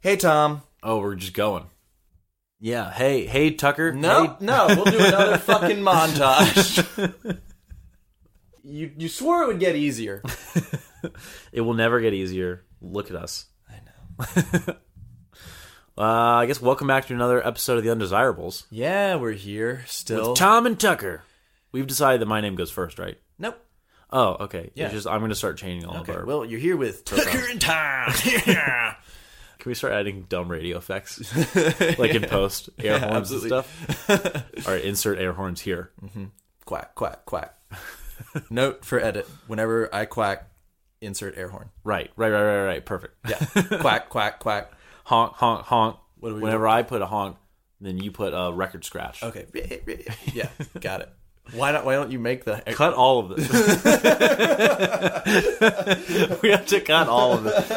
Hey, Tom. Oh, we're just going. Yeah. Hey, hey, Tucker. No, Hey- no, we'll do another fucking montage. You you swore it would get easier. it will never get easier. Look at us. I know. uh, I guess welcome back to another episode of The Undesirables. Yeah, we're here still. Tom and Tucker. We've decided that my name goes first, right? nope. Oh, okay. Yeah. It's just I'm going to start changing all of Okay. our. Well, you're here with Tucker and Tom. yeah. Can we start adding dumb radio effects, like in post air horns absolutely. Mm. and stuff? all right, insert air horns here. Quack quack quack. Note for edit: Whenever I quack, insert air horn. Right, right, right, right, right. Perfect. Yeah. quack quack quack. honk, honk, honk. What do we Whenever I put a honk, then you put a record scratch. Okay. Yeah. Got it. Why not? Why don't you make the Cut all of this. we have to cut all of this.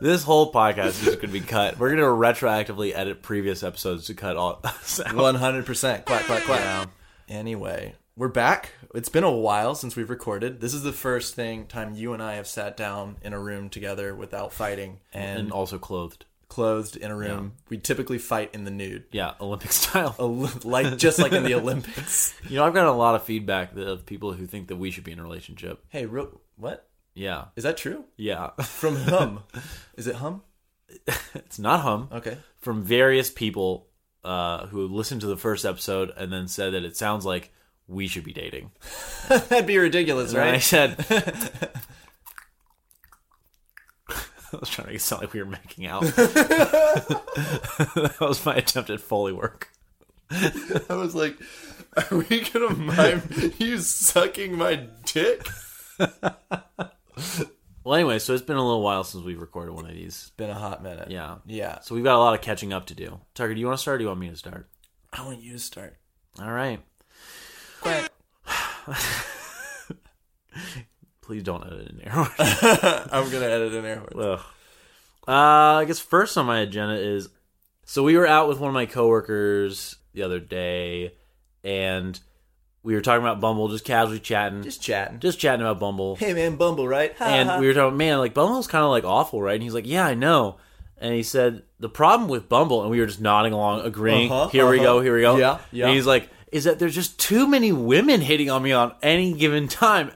This whole podcast is going to be cut. We're going to retroactively edit previous episodes to cut all. One hundred percent. Quack quack quack. Anyway, we're back. It's been a while since we've recorded. This is the first thing time you and I have sat down in a room together without fighting and, and also clothed. clothed in a room. We typically fight in the nude, Yeah, Olympic style. Oli- like just like in the Olympics. You know, I've gotten a lot of feedback of people who think that we should be in a relationship. Hey, real what Yeah, is that true? yeah. From hum? Is it hum? It's not hum. Okay. From various people uh, who listened to the first episode and then said that it sounds like we should be dating. That'd be ridiculous, And I right? said, I was trying to make it sound like we were making out. that was my attempt at Foley work. I was like, are we gonna mime you sucking my dick? Well, anyway, so it's been a little while since we've recorded one of these. Been a hot minute. Yeah. Yeah. So we've got a lot of catching up to do. Tucker, do you want to start or do you want me to start? I want you to start. All right. Quack. Please don't edit in there. I'm gonna edit in air. Ugh. Uh, I guess first on my agenda is so we were out with one of my coworkers the other day, and we were talking about Bumble, just casually chatting, just, Just chatting. chatting about Bumble. hey man, Bumble, right? Ha, ha. And we were talking, man, like Bumble's kind of like awful, right? And he's like, yeah, I know. And he said the problem with Bumble, and we were just nodding along, agreeing. Uh-huh, here we uh-huh. go, here we go. Yeah, yeah. And he's like, is that there's just too many women hitting on me on any given time,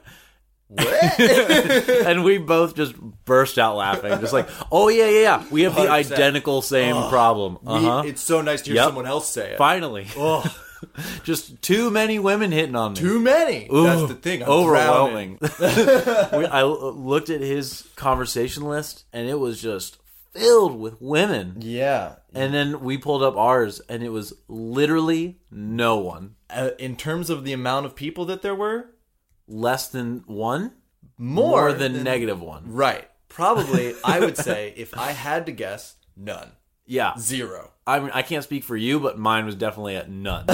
and we both just burst out laughing, just like, oh yeah, yeah, yeah. We have the 100%. identical same problem. Uh huh. It's so nice to hear Yep. someone else say it. Finally, Ugh, just too many women hitting on me. too many. That's the thing. I'm Overwhelming. We- I l- looked at his conversation list, and it was just filled with women. drowning. Yeah. And then we pulled up ours, and it was literally no one, Uh, in terms of the amount of people that there were, less than one, more, or than negative one. Right. Probably, I would say, if I had to guess, none. Yeah, Zero. I mean, I can't speak for you, but mine was definitely at none.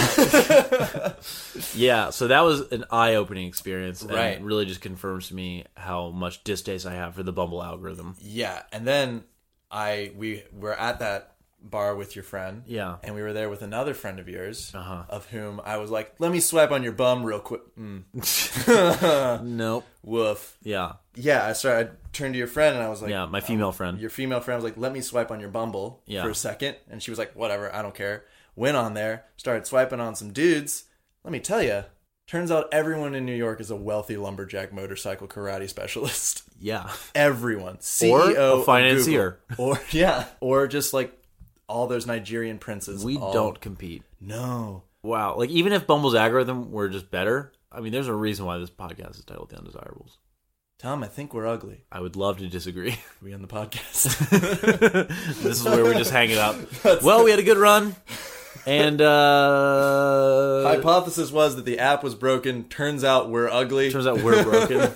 yeah, so that was an eye-opening experience, and Right. it really just confirms to me how much distaste I have for the Bumble algorithm. Yeah. And then I we were at that bar with your friend. Yeah. And we were there with another friend of yours, uh-huh. of whom I was like, "Let me swipe on your bum real quick." Mm. Nope. Woof. Yeah, Yeah. I started. I turned to your friend and I was like, yeah. My female friend. your female friend was like, "Let me swipe on your Bumble Yeah. for a second. and she was like, "Whatever, I don't care." Went on there, started swiping on some dudes. Let me tell you, turns out everyone in New York is a wealthy lumberjack motorcycle karate specialist. Yeah. Everyone, Or CEO, a of financier. Google. or yeah, or just like all those Nigerian princes. We all- don't compete. No, Wow. Like even if Bumble's algorithm were just better, I mean, there's a reason why this podcast is titled "The Undesirables." Tom, I think we're ugly. I would love to disagree. We on the podcast. this is where we just hang it up. well, we had a good run, and uh, Hypothesis was that the app was broken. Turns out we're ugly. Turns out we're broken.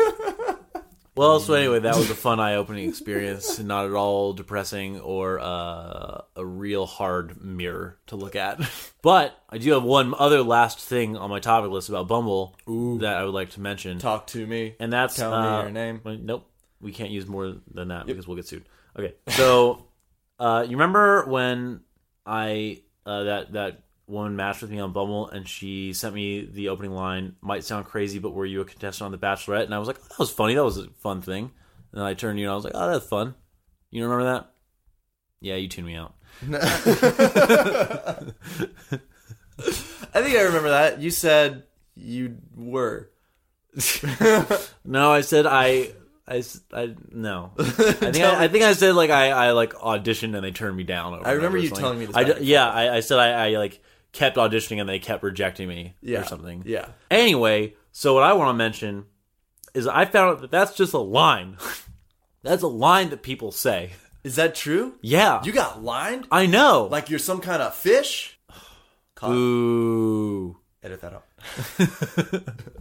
well, so anyway, that was a fun, eye-opening experience. Not at all depressing or uh, a real hard mirror to look at. But I do have one other last thing on my topic list about Bumble that I would like to mention, Talk to me. and that's Tell me uh, your name. wait, Nope, we can't use more than that because we'll get sued. Okay, so uh, you remember when I uh, that that woman matched with me on Bumble and she sent me the opening line might sound crazy but were you a contestant on The Bachelorette and I was like oh, that was funny that was a fun thing and then I turned to you and I was like oh that's fun you remember that Yeah, you tune me out. I think I remember that. You said you were. No, I said I. I, s- I- no. I think I, I think I said like I, I like auditioned and they turned me down. Over I remember and over or you something. telling me this I d- back and yeah, I, I said I, I like kept auditioning and they kept rejecting me Yeah. or something. Yeah. Anyway, so what I want to mention is I found out that that's just a line. that's a line that people say. Is that true? Yeah, You got lined? I know. Like you're some kind of fish? Caught. ooh. Edit that out.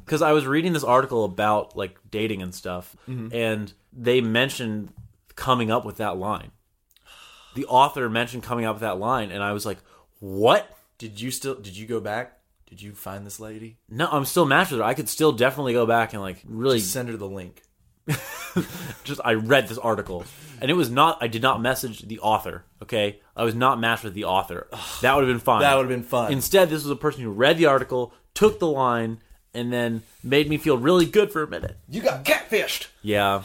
because I was reading this article about like dating and stuff, and they mentioned coming up with that line. The author mentioned coming up with that line, and I was like, "What? Did you still did you go back? Did you find this lady? No, I'm still matched with her. I could still definitely go back and like really just, Send her the link. I read this article, and it was not. I did not message the author. Okay, I was not matched with the author. That would have been fine. That would have been fun. Instead, this was a person who read the article, took the line, and then made me feel really good for a minute. you got catfished. Yeah,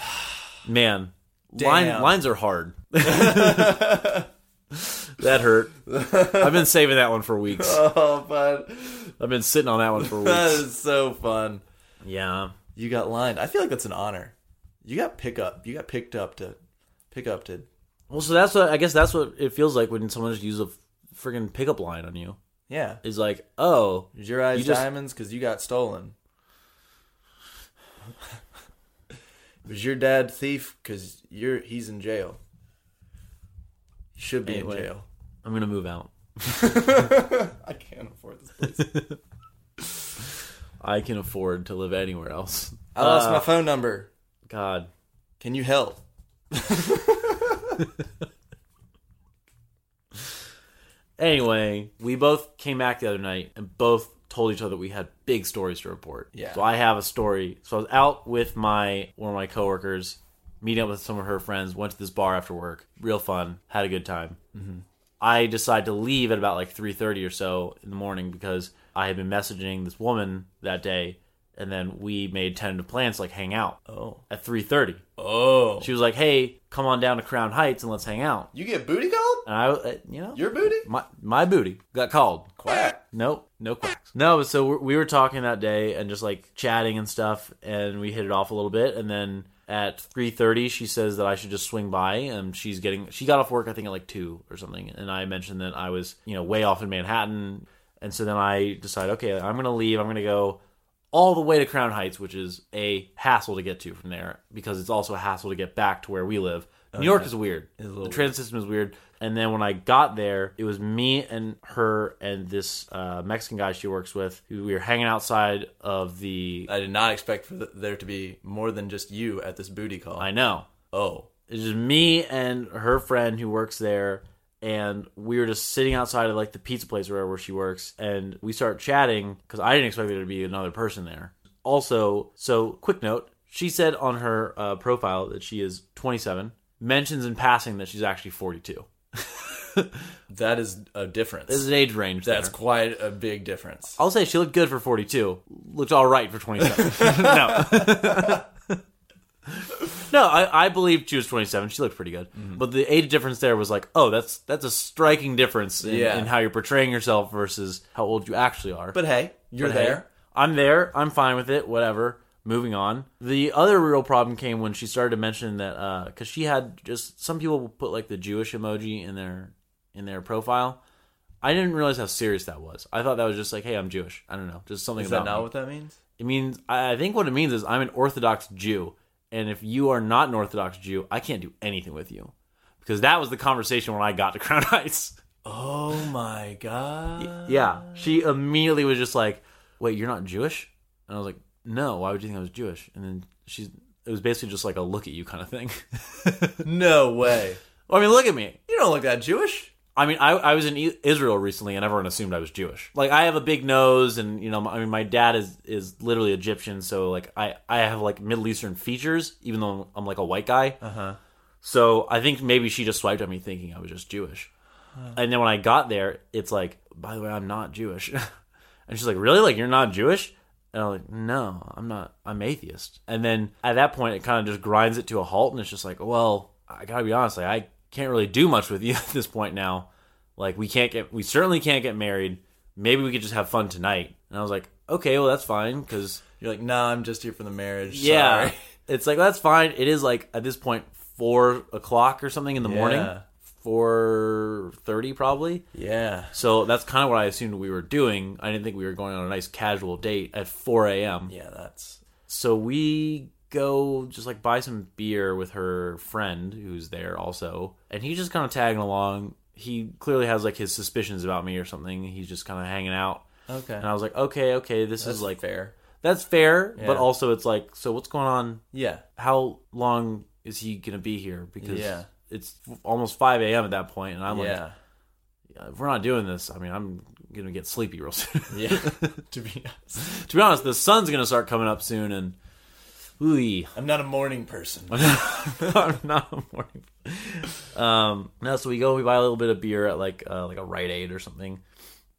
man, Damn. line, lines are hard. that hurt. I've been saving that one for weeks. Oh, but I've been sitting on that one for that weeks. is so fun. Yeah, You got lined. I feel like that's an honor. You got pick up. You got picked up to pick up to. well, so that's what I guess that's what it feels like when someone just uses a friggin' pickup line on you. Yeah. Is like, oh, Is your eyes You just- diamonds? Because you got stolen. Was your dad thief? Because you're he's in jail. You should be Anyway. in jail. I'm gonna move out. I can't afford this place. I can afford to live anywhere else. I lost my phone number. God, Can you help? Anyway, we both came back the other night and both told each other we had big stories to report. Yeah. So I have a story. So I was out with my one of my coworkers, meeting up with some of her friends. Went to this bar after work. Real fun. Had a good time. Mm-hmm. I decided to leave at about like three thirty or so in the morning because I had been messaging this woman that day, and then we made tentative plans to like hang out Oh. at three thirty. Oh. She was like, "Hey, come on down to Crown Heights and let's hang out." You get booty called? And I, uh, you know, Your booty? my my booty got called. Quack. Nope, no quacks. No, but so we- we were talking that day and just like chatting and stuff, and we hit it off a little bit. And then at three thirty, she says that I should just swing by, and she's getting she got off work I think at like two or something, and I mentioned that I was you know way off in Manhattan, and so then I decide okay, I'm gonna leave, I'm gonna go all the way to Crown Heights, which is a hassle to get to from there because it's also a hassle to get back to where we live. New York is weird. the transit system is weird. And then when I got there, it was me and her and this uh, Mexican guy she works with. Who we were hanging outside of the. I did not expect for th there to be more than just you at this booty call. I know. oh. It's just me and her friend who works there. And we were just sitting outside of like the pizza place or wherever she works. And we start chatting because I didn't expect there to be another person there. Also, so quick note she said on her uh, profile that she is 27, mentions in passing that she's actually 42. That is a difference. There's an age range. That's there. quite a big difference. I'll say she looked good for 42. Looked all right for 27. no. no, I, I believed she was 27. She looked pretty good. Mm-hmm. But the age difference there was like, oh, that's that's a striking difference in, Yeah. in how you're portraying yourself versus how old you actually are. But hey, you're But hey, there. I'm there. I'm fine with it. Whatever. Moving on. The other real problem came when she started to mention that because she had just some people will put like the Jewish emoji in their in their profile. I didn't realize how serious that was. I thought that was just like, hey, I'm Jewish. I don't know, just something Is about that not me. what that means? it means. I I think what it means is I'm an Orthodox Jew, and if you are not an Orthodox Jew, I can't do anything with you, because that was the conversation when I got to Crown Heights. Oh my god. Yeah. She immediately was just like, "Wait, you're not Jewish?" And I was like, "No, why would you think I was Jewish?" And then she's it was basically just like a look at you kind of thing. No way. I mean, look at me. You don't look that Jewish. I mean, I, I was in I- Israel recently, and everyone assumed I was Jewish. Like, I have a big nose, and you know, my- I mean, my dad is is literally Egyptian, so like, I I have like Middle Eastern features, even though I'm, I'm like a white guy. Uh-huh. So I think maybe she just swiped at me thinking I was just Jewish. And then when I got there, it's like, by the way, I'm not Jewish. and she's like, really? Like you're not Jewish? And I'm like, no, I'm not. I'm atheist. And then at that point, it kind of just grinds it to a halt, and it's just like, well, I gotta be honest, like I can't really do much with you at this point now. Like we can't get, we certainly can't get married. Maybe we could just have fun tonight." And I was like, "Okay, well that's fine," because You're like, nah, I'm just here for the marriage. yeah, sorry." it's like that's fine. It is like at this point four o'clock or something in the morning, Yeah. four thirty probably. Yeah. So that's kind of what I assumed we were doing. I didn't think we were going on a nice casual date at 4 a.m. Yeah, that's. So we go just like buy some beer with her friend who's there also. And he's just kind of tagging along. He clearly has like his suspicions about me or something. He's just kind of hanging out. Okay. And I was like, okay, okay, this That's is like, fair. that's fair. Yeah. But also, it's like, so what's going on? Yeah. How long is he going to be here? Because Yeah. it's almost 5 a.m. at that point, And I'm like, yeah. if we're not doing this, I mean, I'm gonna get sleepy real soon. Yeah. to be honest, to be honest, the sun's gonna start coming up soon, and ooh, I'm not a morning person. I'm not a morning. Um, no, so we go, we buy a little bit of beer at like uh, like a Rite Aid or something.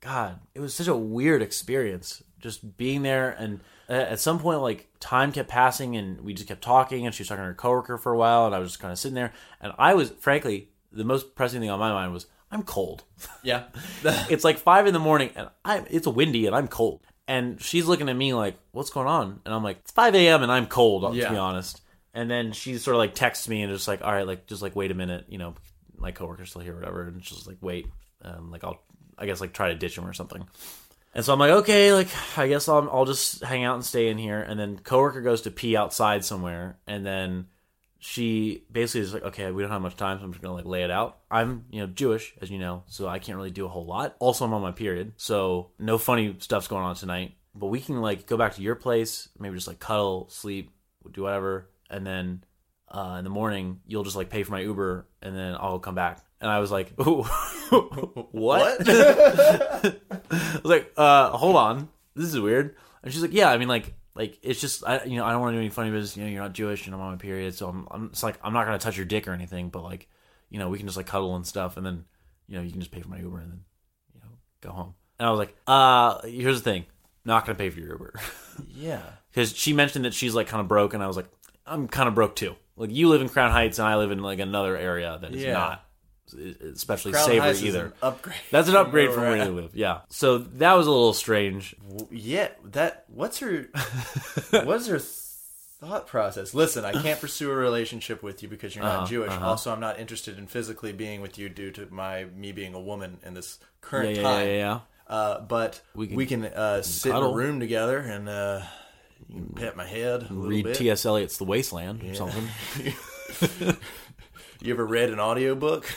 God, it was such a weird experience just being there, and uh, at some point, like time kept passing, and we just kept talking, and she was talking to her coworker for a while, and I was just kind of sitting there, and I was frankly the most pressing thing on my mind was I'm cold. Yeah. it's like five in the morning and I'm it's windy and I'm cold. And she's looking at me like, What's going on? And I'm like, It's five AM and I'm cold, Yeah. to be honest. And then she sort of like texts me and just like, All right, like just like wait a minute, you know, my coworker's still here, whatever, and she's like, Wait, um, like I'll I guess like try to ditch him or something. And so I'm like, okay, like I guess I'll, I'll just hang out and stay in here. And then coworker goes to pee outside somewhere, and then she basically is like, okay, we don't have much time, so I'm just gonna like lay it out. I'm you know Jewish, as you know, so I can't really do a whole lot. Also, I'm on my period, so no funny stuff's going on tonight. But we can like go back to your place, maybe just like cuddle, sleep, do whatever, and then uh, in the morning you'll just like pay for my Uber, and then I'll come back. And I was like, Ooh, what? I was like, uh, hold on, this is weird. And she's like, yeah, I mean, like, like it's just, I, you know, I don't want to do any funny business. You know, you're not Jewish, and I'm on my period, so I'm, I'm it's like, I'm not gonna touch your dick or anything, but like, you know, we can just like cuddle and stuff, and then, you know, you can just pay for my Uber and then, you know, go home. And I was like, uh, here's the thing, not gonna pay for your Uber. yeah. because she mentioned that she's like kind of broke, and I was like, I'm kind of broke too. Like you live in Crown Heights, and I live in like another area that is Yeah. not e, especially Crown savory Heights is either. an upgrade. That's an upgrade where from we're where at. you live. Yeah. So that was a little strange. W- Yeah. That. What's her? what's her thought process? Listen, I can't pursue a relationship with you because you're not Uh-huh, Jewish. Also, I'm not interested in physically being with you due to my me being a woman in this Yeah, current yeah, yeah, time. yeah, yeah. Uh, but we can- can, uh, sit cuddle. in a room together and uh, you can pet my head a little Read bit. T.S. Eliot's The Wasteland or something. you ever read an audiobook?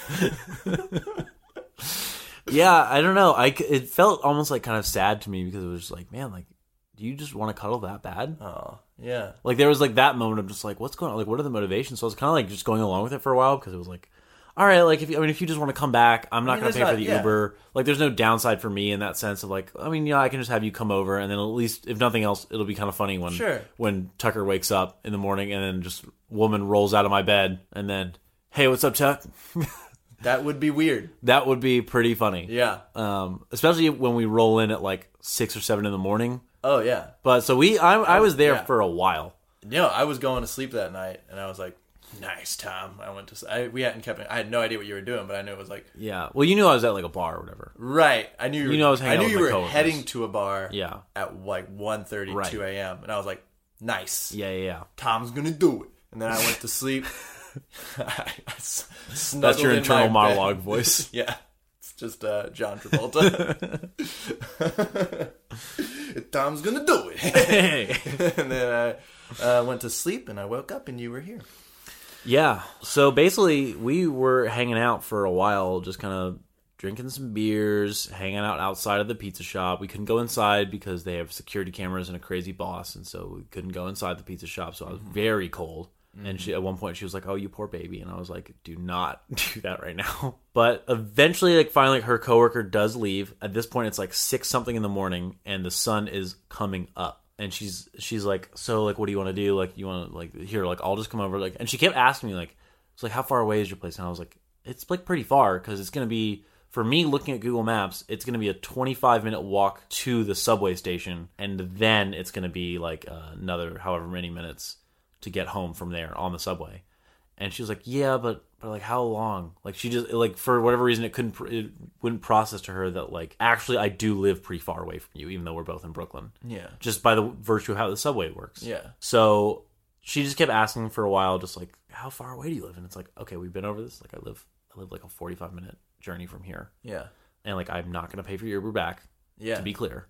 yeah, I don't know. I c- it felt almost like kind of sad to me because it was just like, man, like, do you just want to cuddle that bad? Oh, yeah. Like there was like that moment of just like, what's going on? Like, what are the motivations? So I was kind of like just going along with it for a while because it was like, all right, like if you, I mean, if you just want to come back, I'm not mean, going there's to pay for not- the yeah. Uber. Like, there's no downside for me in that sense of like, I mean, you know, I can just have you come over, and then at least if nothing else, it'll be kind of funny when Sure. when Tucker wakes up in the morning and then just woman rolls out of my bed and then, hey, what's up, Tuck? That would be weird. That would be pretty funny. Yeah. Um, especially when we roll in at like six or seven in the morning. Oh, yeah. But so we, I, I was there Yeah. for a while. No, I was going to sleep that night, and I was like, "Nice, Tom." I went to. s- I, we hadn't kept. I had no idea what you were doing, but I knew it was like Yeah. Well, you knew I was at like a bar or whatever. right. I knew you. You know I was hanging knew out with you my were coworkers. heading to a bar. Yeah. At like 1.30, Right. 2 a.m., and I was like, "Nice, Yeah, yeah, yeah. Tom's gonna do it." And then I went to sleep. I s- That's snuggled your in internal my bed. monologue voice. Yeah. It's just uh, John Travolta. Tom's gonna do it. Hey. and then I uh, went to sleep and I woke up and you were here. Yeah. So basically, we were hanging out for a while, just kind of drinking some beers, hanging out outside of the pizza shop. We couldn't go inside because they have security cameras and a crazy boss, and so we couldn't go inside the pizza shop. So I was very cold. And she, at one point, she was like, "Oh, you poor baby," and I was like, "Do not do that right now." But eventually, like finally, her coworker does leave. At this point, it's like six something in the morning, and the sun is coming up and she's she's like, so like, what do you want to do? Like, you want to like here? Like, I'll just come over. Like, and she kept asking me like, it's like, how far away is your place? And I was like, it's like pretty far because it's gonna be for me looking at Google Maps, it's gonna be a 25 minute walk to the subway station, and then it's gonna be like uh, another however many minutes to get home from there on the subway. And she was like, yeah, but But like how long? Like she just like for whatever reason it couldn't pr- it wouldn't process to her that like actually I do live pretty far away from you even though we're both in Brooklyn. Yeah. Just by the virtue of how the subway works. Yeah. So she just kept asking for a while just like how far away do you live? And it's like okay, we've been over this like I live I live like a 45 minute journey from here. Yeah. And like I'm not going to pay for your Uber back Yeah. to be clear.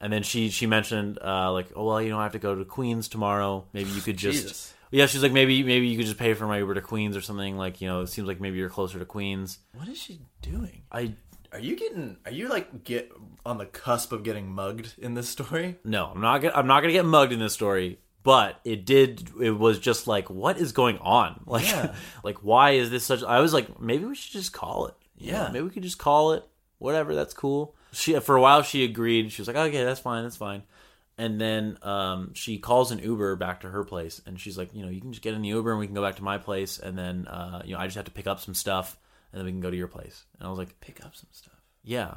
And then she she mentioned uh, like, oh well, you know, I have to go to Queens tomorrow. Maybe you could just Jesus. yeah. She's like, maybe maybe you could just pay for my Uber to Queens or something. Like you know, it seems like maybe you're closer to Queens. What is she doing? I Are you getting? Are you like get on the cusp of getting mugged in this story? no, I'm not gonna, I'm not gonna get mugged in this story. But it did. It was just like, what is going on? Like, Yeah. like why is this such? I was like, maybe we should just call it. You know, Yeah. maybe we could just call it. Whatever, that's cool. She for a while she agreed. She was like, okay, that's fine, that's fine. And then um, she calls an Uber back to her place, and she's like, you know, you can just get in the Uber and we can go back to my place, and then uh, you know, I just have to pick up some stuff, and then we can go to your place. And I was like, Pick up some stuff yeah,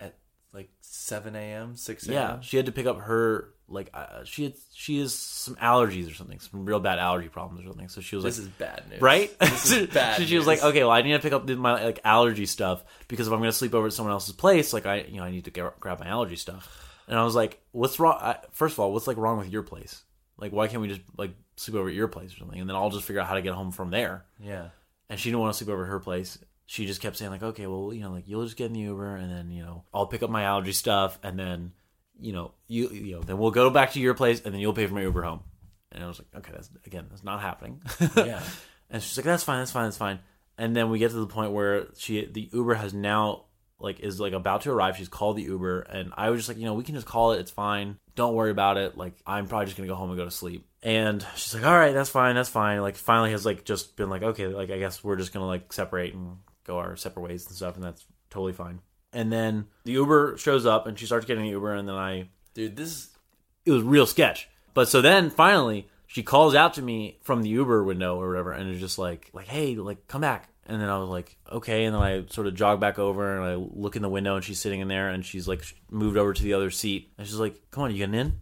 at like seven a.m., six a.m. Yeah, she had to pick up her like uh, she had she has some allergies or something, some real bad allergy problems or something. So she was This like, is bad news, right? This is bad. so she news. was like, okay, well, I need to pick up my like allergy stuff because if I'm gonna sleep over at someone else's place, like I you know I need to get, grab my allergy stuff. And I was like, what's wrong? I, first of all, what's like wrong with your place? Like, why can't we just like sleep over at your place or something? And then I'll just figure out how to get home from there yeah, and she didn't want to sleep over at her place. She just kept saying like, okay, well, you know, like you'll just get in the Uber, and then you know, I'll pick up my allergy stuff, and then you know, you you know, then we'll go back to your place, and then you'll pay for my Uber home. And I was like, okay, that's again, that's not happening. Yeah. And she's like, that's fine, that's fine, that's fine. And then we get to the point where she the Uber has now like is like about to arrive. She's called the Uber, and I was just like, you know, we can just call it. It's fine. Don't worry about it. Like I'm probably just gonna go home and go to sleep. And she's like, all right, that's fine, that's fine. Like finally has like just been like, okay, like I guess we're just gonna like separate and go our separate ways and stuff, and that's totally fine. And then the Uber shows up, and she starts getting the Uber, and then I dude, this it was real sketch. But so then finally she calls out to me from the Uber window or whatever and is just like like hey like come back and then I was like okay and then I sort of jog back over and I look in the window and she's sitting in there and she's like sh- moved over to the other seat and she's like come on you getting in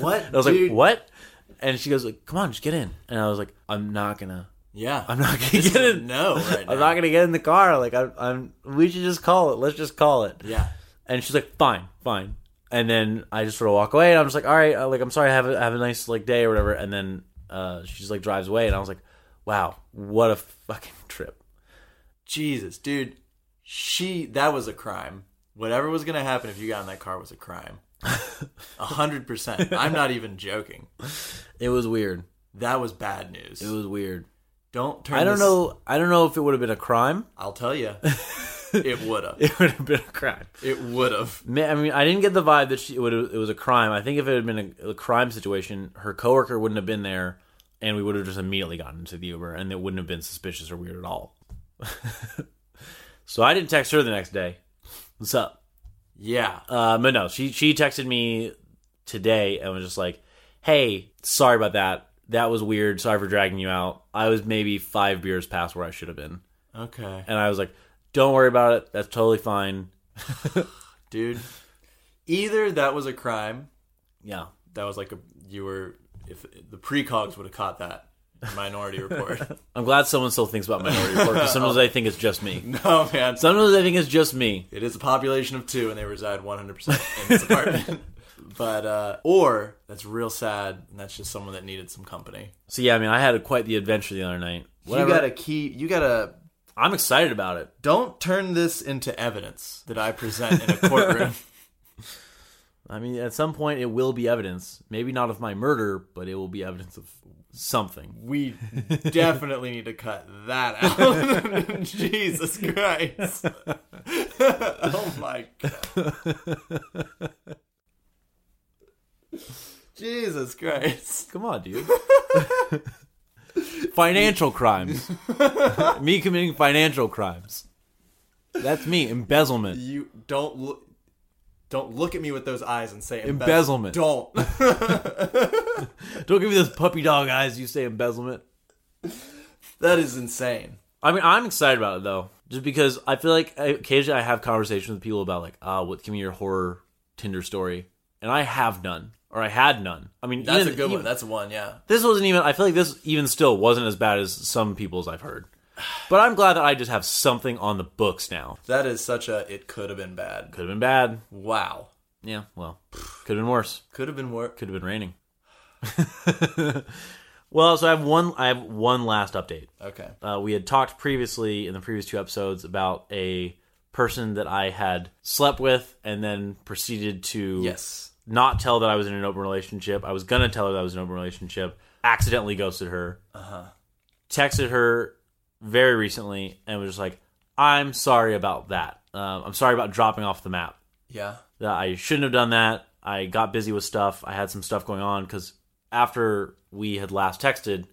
what? I was dude? like what and she goes like come on just get in and I was like I'm not gonna Yeah, I'm not gonna get in no right now. I'm not gonna get in the car like I'm, I'm we should just call it let's just call it yeah, and she's like, "Fine, fine." And then I just sort of walk away, and I'm just like, "All right, uh, like I'm sorry, have a, have a nice like day or whatever." And then uh, she just like drives away, and I was like, "Wow, what a fucking trip!" Jesus, dude, she that was a crime. Whatever was gonna happen if you got in that car was a crime. A hundred percent. I'm not even joking. It was weird. That was bad news. It was weird. Don't turn. I don't this- know. I don't know if it would have been a crime. I'll tell you, it woulda. It would have been a crime. It would've. Ma- I mean, I didn't get the vibe that she would. It was a crime. I think if it had been a, a crime situation, her coworker wouldn't have been there, and we would have just immediately gotten into the Uber, and it wouldn't have been suspicious or weird at all. so I didn't text her the next day. What's up? Yeah. Uh, but no, she she texted me today and was just like, "Hey, sorry about that. That was weird. Sorry for dragging you out. I was maybe five beers past where I should have been." Okay, And I was like, "Don't worry about it. That's totally fine." dude. Either that was a crime. Yeah. That was like a you were if the precogs would have caught that Minority Report. I'm glad someone still thinks about Minority Report because sometimes Oh. I think it's just me. no man. Sometimes I think it's just me. It is a population of two, and they reside 100% in this apartment. but, uh, or that's real sad, and that's just someone that needed some company. So yeah, I mean, I had quite the adventure the other night. Whatever. You gotta keep, you gotta, I'm excited about it. don't turn this into evidence that I present in a courtroom. I mean, at some point, it will be evidence. Maybe not of my murder, but it will be evidence of something. we definitely need to cut that out. Jesus Christ. oh my God. Jesus Christ. Come on, dude. financial crimes. me committing financial crimes. That's me. Embezzlement. You don't look. Don't look at me with those eyes and say Embezzlement. Don't. Don't give me those puppy dog eyes. You say embezzlement. that is insane. I mean, I'm excited about it though, just because I feel like I, occasionally I have conversations with people about like, ah, what give me your horror Tinder story, and I have none, or I had none. I mean, That's even- a good even- one. That's one. Yeah. This wasn't even. I feel like this even still wasn't as bad as some people's I've heard. But I'm glad that I just have something on the books now. That is such a it could have been bad. Could have been bad. Wow. Yeah, well, could have been worse. Could have been worse. Could have been raining. well, so I have one. I have one last update. Okay. Uh, we had talked previously in the previous two episodes about a person that I had slept with and then proceeded to Yes. not tell that I was in an open relationship. I was gonna tell her that I was in an open relationship. Accidentally ghosted her. Uh-huh. Texted her very recently and was just like, "I'm sorry about that. Um, I'm sorry about dropping off the map. Yeah. That I shouldn't have done that. I got busy with stuff. I had some stuff going on because after we had last texted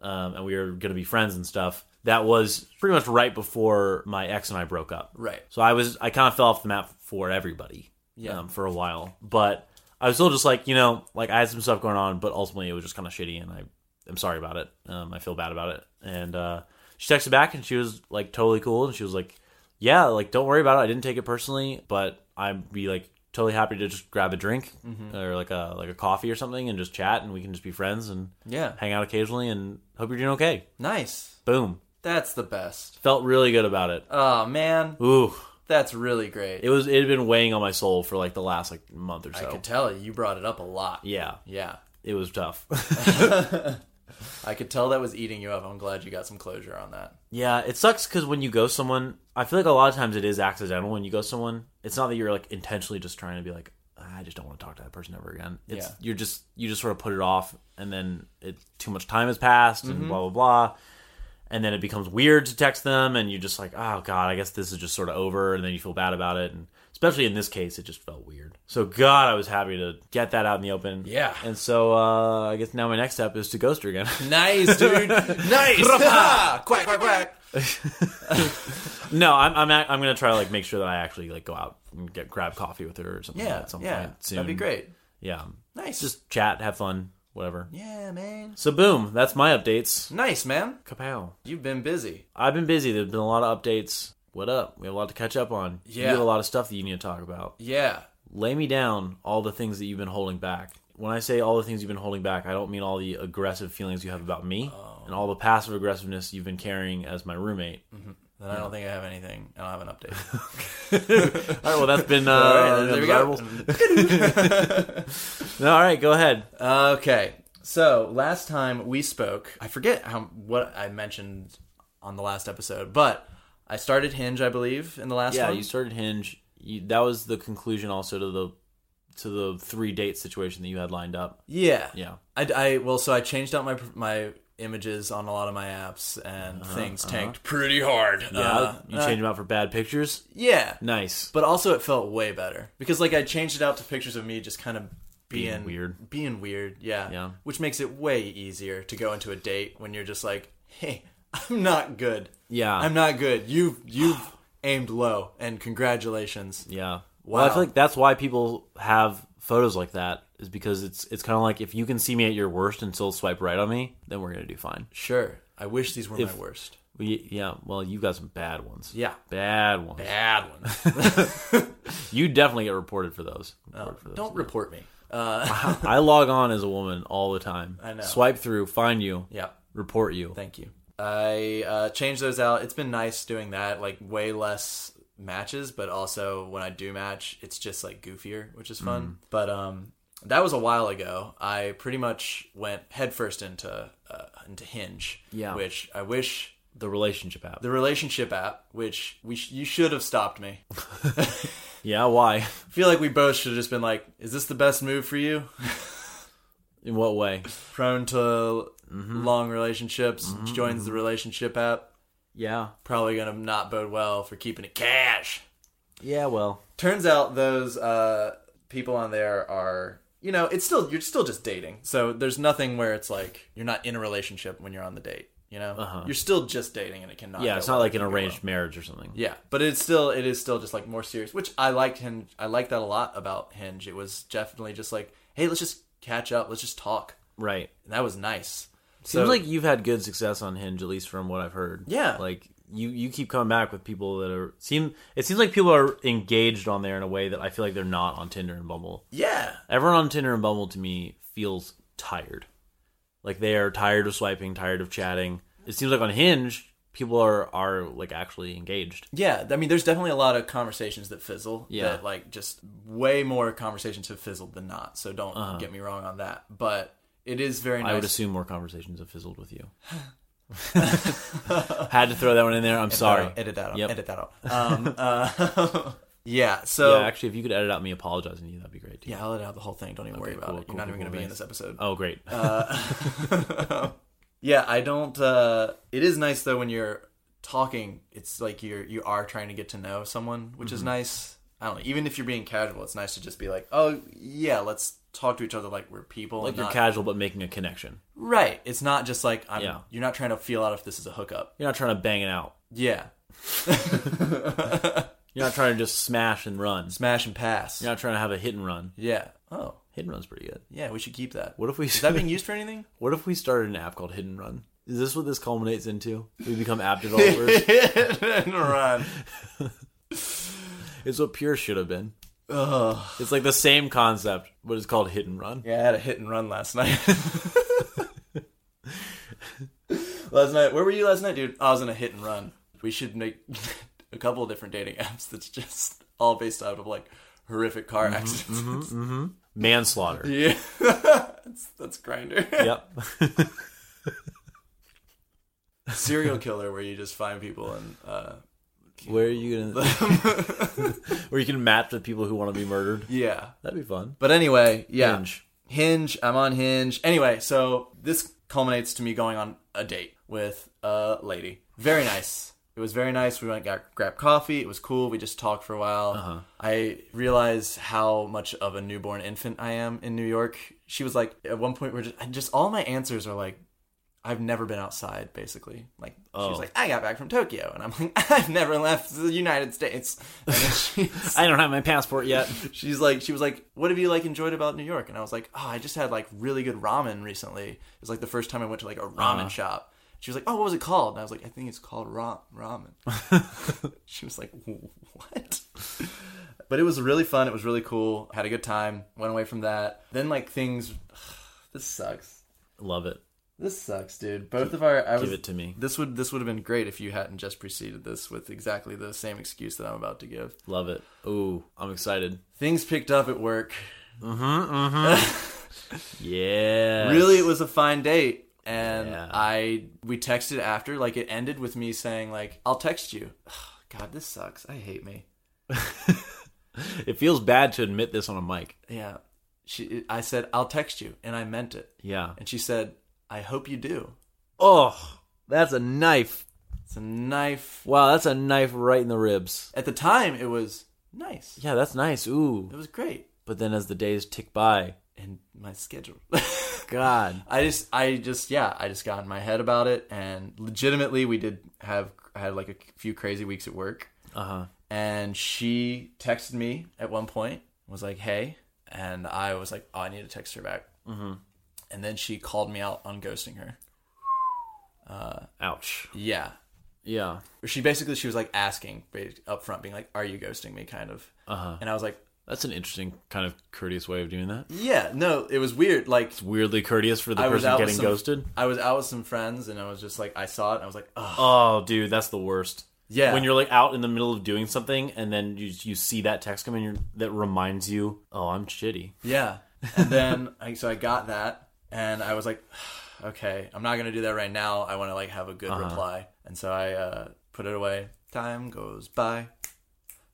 um, and we were gonna be friends and stuff, that was pretty much right before my ex and I broke up. Right. So I was I kind of fell off the map for everybody. Yeah. Um, for a while, but I was still just like you know like I had some stuff going on, but ultimately it was just kind of shitty, and I I'm sorry about it. Um, I feel bad about it. And uh, she texted back, and she was like totally cool, and she was like, yeah, like don't worry about it. I didn't take it personally, but I'd be like totally happy to just grab a drink or like a like a coffee or something and just chat, and we can just be friends and Yeah. hang out occasionally, and hope you're doing okay. Nice. Boom. That's the best. Felt really good about it. Oh man, Ooh. that's really great. It was it had been weighing on my soul for like the last like month or I so. could tell you brought it up a lot. yeah, Yeah. it was tough. I could tell that was eating you up. I'm glad you got some closure on that. yeah, it sucks because when you ghost someone, I feel like a lot of times it is accidental when you ghost someone. It's not that you're like intentionally just trying to be like, I just don't want to talk to that person ever again. It's Yeah. you're just you just sort of put it off, and then it too much time has passed, and Mm-hmm. blah blah blah. And then it becomes weird to text them, and you're just like, oh god, I guess this is just sort of over, and then you feel bad about it, and especially in this case, it just felt weird. So God, I was happy to get that out in the open. Yeah. And so uh, I guess now my next step is to ghost her again. Nice, dude. nice. quack quack quack. No, I'm I'm act- I'm gonna try to like make sure that I actually like go out and get grab coffee with her or something Yeah. at some yeah. point soon. That'd be great. Yeah, Nice. just chat, have fun, whatever. yeah, man. So boom, that's my updates. Nice, man. Kapow! You've been busy. I've been busy. There's been a lot of updates. What up? We have a lot to catch up on. you Yeah. have a lot of stuff that you need to talk about. Yeah. Lay me down all the things that you've been holding back. When I say all the things you've been holding back, I don't mean all the aggressive feelings you have about me Oh. and all the passive aggressiveness you've been carrying as my roommate. Then I don't think I have anything. I don't have an update. All right, well, that's been uh, All right, there we go. Undesirables. No, all right, go ahead. Okay. So last time we spoke, I forget how what I mentioned on the last episode, but I started Hinge, I believe, in the last yeah, one. you started Hinge. You, that was the conclusion also to the to the three date situation that you had lined up. yeah. Yeah. I, I well, so I changed out my my images on a lot of my apps, and things tanked pretty hard. Uh-huh, Uh, Yeah, Uh, you changed them out for bad pictures. yeah. Nice. But also, it felt way better because like I changed it out to pictures of me just kind of being, Being weird. being weird. Yeah, Yeah. Which makes it way easier to go into a date when you're just like, hey, I'm not good. Yeah. I'm not good. You've you've aimed low, and congratulations. Yeah. Well, I Wow. feel like that's why people have photos like that is because it's it's kind of like if you can see me at your worst and still swipe right on me, then we're gonna do fine. Sure. I wish these were my worst. We, yeah. Well, you got some bad ones. Yeah. Bad ones. Bad ones. You definitely get reported for those. Oh. Reported for those. Don't report me. Uh, I log on as a woman all the time. I know. Swipe through, find you, yeah. report you. Thank you. I uh, changed those out. It's been nice doing that. Like way less matches, but also when I do match, it's just like goofier, which is fun. But um, that was a while ago. I pretty much went headfirst into uh, into Hinge. Yeah. Which I wish The relationship app. the relationship app, which we sh- you should have stopped me. yeah. Why? I feel like we both should have just been like, "Is this the best move for you?" In what way? Prone to long relationships, joins the relationship app. Yeah. Probably gonna not bode well for keeping it cash. Yeah, well. turns out those uh, people on there are you know it's still you're still just dating so there's nothing where it's like you're not in a relationship when you're on the date you know you're still just dating and it cannot Uh-huh. Yeah, go it's not well. like an arranged marriage or something. yeah but it's still it is still just like more serious which i liked hinge i liked that a lot about hinge it was definitely just like hey let's just catch up let's just talk Right. and that was nice Seems like you've had good success on Hinge, at least from what I've heard. Yeah. Like you, you keep coming back with people that are seem it seems like people are engaged on there in a way that I feel like they're not on Tinder and Bumble. yeah Everyone on Tinder and Bumble to me feels tired. Like they are tired of swiping, tired of chatting. It seems like on Hinge, people are are like actually engaged. Yeah, I mean, there's definitely a lot of conversations that fizzle. Yeah. that, like just way more conversations have fizzled than not. So don't get me wrong on that. But it is very nice. Uh-huh. I would assume more conversations have fizzled with you. Had to throw that one in there. I'm sorry. edit that out. Yep. Edit that out. Um, uh, yeah. So Yeah, yeah, actually, if you could edit out me apologizing to you, that'd be great. Too. I'll edit out the whole thing. Don't even worry about cool, it. You're cool, not cool, even going to cool, be in thanks. this episode. Oh, great. Uh, Yeah, I don't. Uh, it is nice though when you're talking. It's like you're you are trying to get to know someone, which Mm-hmm. is nice. I don't know. Even if you're being casual, it's nice to just be like, oh yeah, let's talk to each other like we're people. like and you're not- casual, but making a connection. right. It's not just like I'm. Yeah. You're not trying to feel out if this is a hookup. You're not trying to bang it out. Yeah, You're not trying to just smash and run. smash and pass. You're not trying to have a hit and run. Yeah. Oh Hit and run's pretty good. yeah, we should keep that. What if we Is that being used for anything? What if we started an app called Hit and Run? Is this what this culminates into? We become app developers. and run. it's what Pure should have been. Ugh. It's like the same concept, but it's called Hit and Run. Yeah, I had a hit and run last night. last night, where were you last night, dude? I was in a hit and run. We should make a couple of different dating apps that's just all based out of like horrific car accidents. Manslaughter. Yeah, that's, that's grinder. yep. Serial killer, where you just find people and uh, Where are you gonna? Where you can match with people who want to be murdered? yeah. That'd be fun. But anyway, yeah. Hinge. Hinge, I'm on Hinge. Anyway, so this culminates to me going on a date with a lady. Very nice. It was very nice. We went and got grabbed coffee. It was cool. We just talked for a while. Uh-huh. I realized how much of a newborn infant I am in New York. She was like, at one point, we're just, and just all my answers are like, I've never been outside, basically. Like she Oh. was like, I got back from Tokyo, and I'm like, I've never left the United States. And then she's, I don't have my passport yet. she's like she was like what have you like enjoyed about new york and i was like oh i just had like really good ramen recently it was like the first time i went to like a ramen Uh-huh. shop she was like oh what was it called and i was like i think it's called ra- ramen she was like what but it was really fun it was really cool had a good time went away from that then like things this sucks Love it. this sucks dude both of our i was Give it to me. this would this would have been great if you hadn't just preceded this with exactly the same excuse that i'm about to give Love it. Ooh, I'm excited. things picked up at work Yeah. really it was a fine date and Yeah. i we texted after like it ended with me saying like i'll text you god this sucks i hate me It feels bad to admit this on a mic. yeah she i said i'll text you and i meant it Yeah. and she said i hope you do Oh, that's a knife. it's a knife Wow, that's a knife right in the ribs. at the time it was nice Yeah, that's nice. Ooh. it was great But then as the days tick by, and my schedule God. I just, I just, yeah, I just got in my head about it, and legitimately, we did have I had like a few crazy weeks at work. Uh huh. and she texted me at one point was like hey and i was like oh, i need to text her back mm-hmm. and then she called me out on ghosting her Ouch. yeah Yeah. she basically she was like asking ba- up front being like are you ghosting me kind of uh-huh. and i was like That's an interesting kind of courteous way of doing that. yeah no it was weird like It's weirdly courteous for the i was person out getting with some, ghosted. i was out with some friends and i was just like i saw it and i was like oh Oh, dude, that's the worst. Yeah. When you're like out in the middle of doing something and then you you see that text come in you're, that reminds you, "Oh, I'm shitty." yeah and then I, so i got that and i was like okay i'm not gonna do that right now i want to like have a Uh-huh. good reply and so i uh, put it away time goes by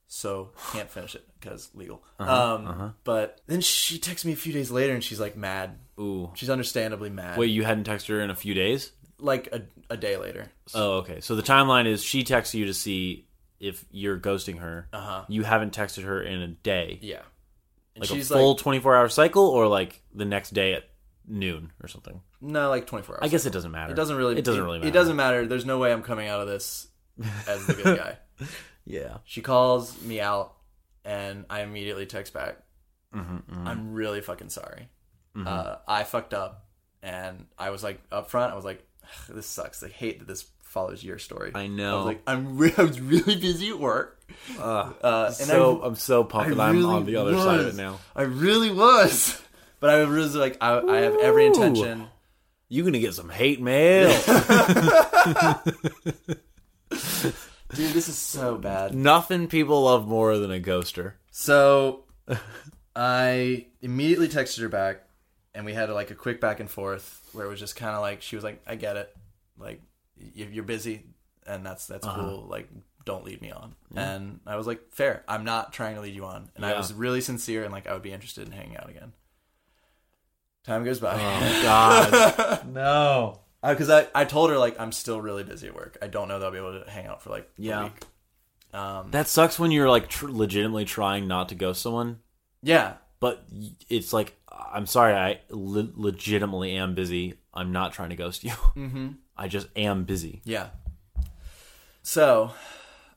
so can't finish it because legal Uh-huh, um, but then she texts me a few days later and she's like mad Ooh. she's understandably mad Wait, you hadn't texted her in a few days? like a, a day later Oh, okay. So the timeline is she texts you to see if you're ghosting her. Uh-huh. You haven't texted her in a day. yeah and Like she's a full like 24 hour cycle or like the next day at noon or something. no like 24 hours I guess it doesn't matter. it doesn't really It doesn't really matter. it doesn't matter there's no way i'm coming out of this as the good guy Yeah. She calls me out, and I immediately text back. Mm-hmm, I'm really fucking sorry. Uh, I fucked up, and I was like upfront. I was like, "Ugh, "This sucks. I hate that this follows your story." I I know. was like, "I'm re- I was really busy at work." Uh, and so I- I'm so pumped that I'm on the other side of it was. now. I really was, but I was like, I, I have every Ooh. intention. You're going to get some hate mail. Dude, this is so bad. Nothing people love more than a ghoster. So I immediately texted her back and we had like a quick back and forth where it was just kind of like she was like, "I get it. Like y- you're busy and that's that's Uh-huh. cool. Like don't lead me on." And I was like, "Fair. I'm not trying to lead you on." And I Mm-hmm. Yeah. was really sincere and like I would be interested in hanging out again. Time goes by. Oh God, no. because I, I told her like I'm still really busy at work. I don't know that I'll be able to hang out for like Yeah. a week. Um, That sucks when you're like tr- legitimately trying not to ghost someone, yeah, but y- it's like, I'm sorry, I le- legitimately am busy. I'm not trying to ghost you. hmm I just am busy. yeah. So,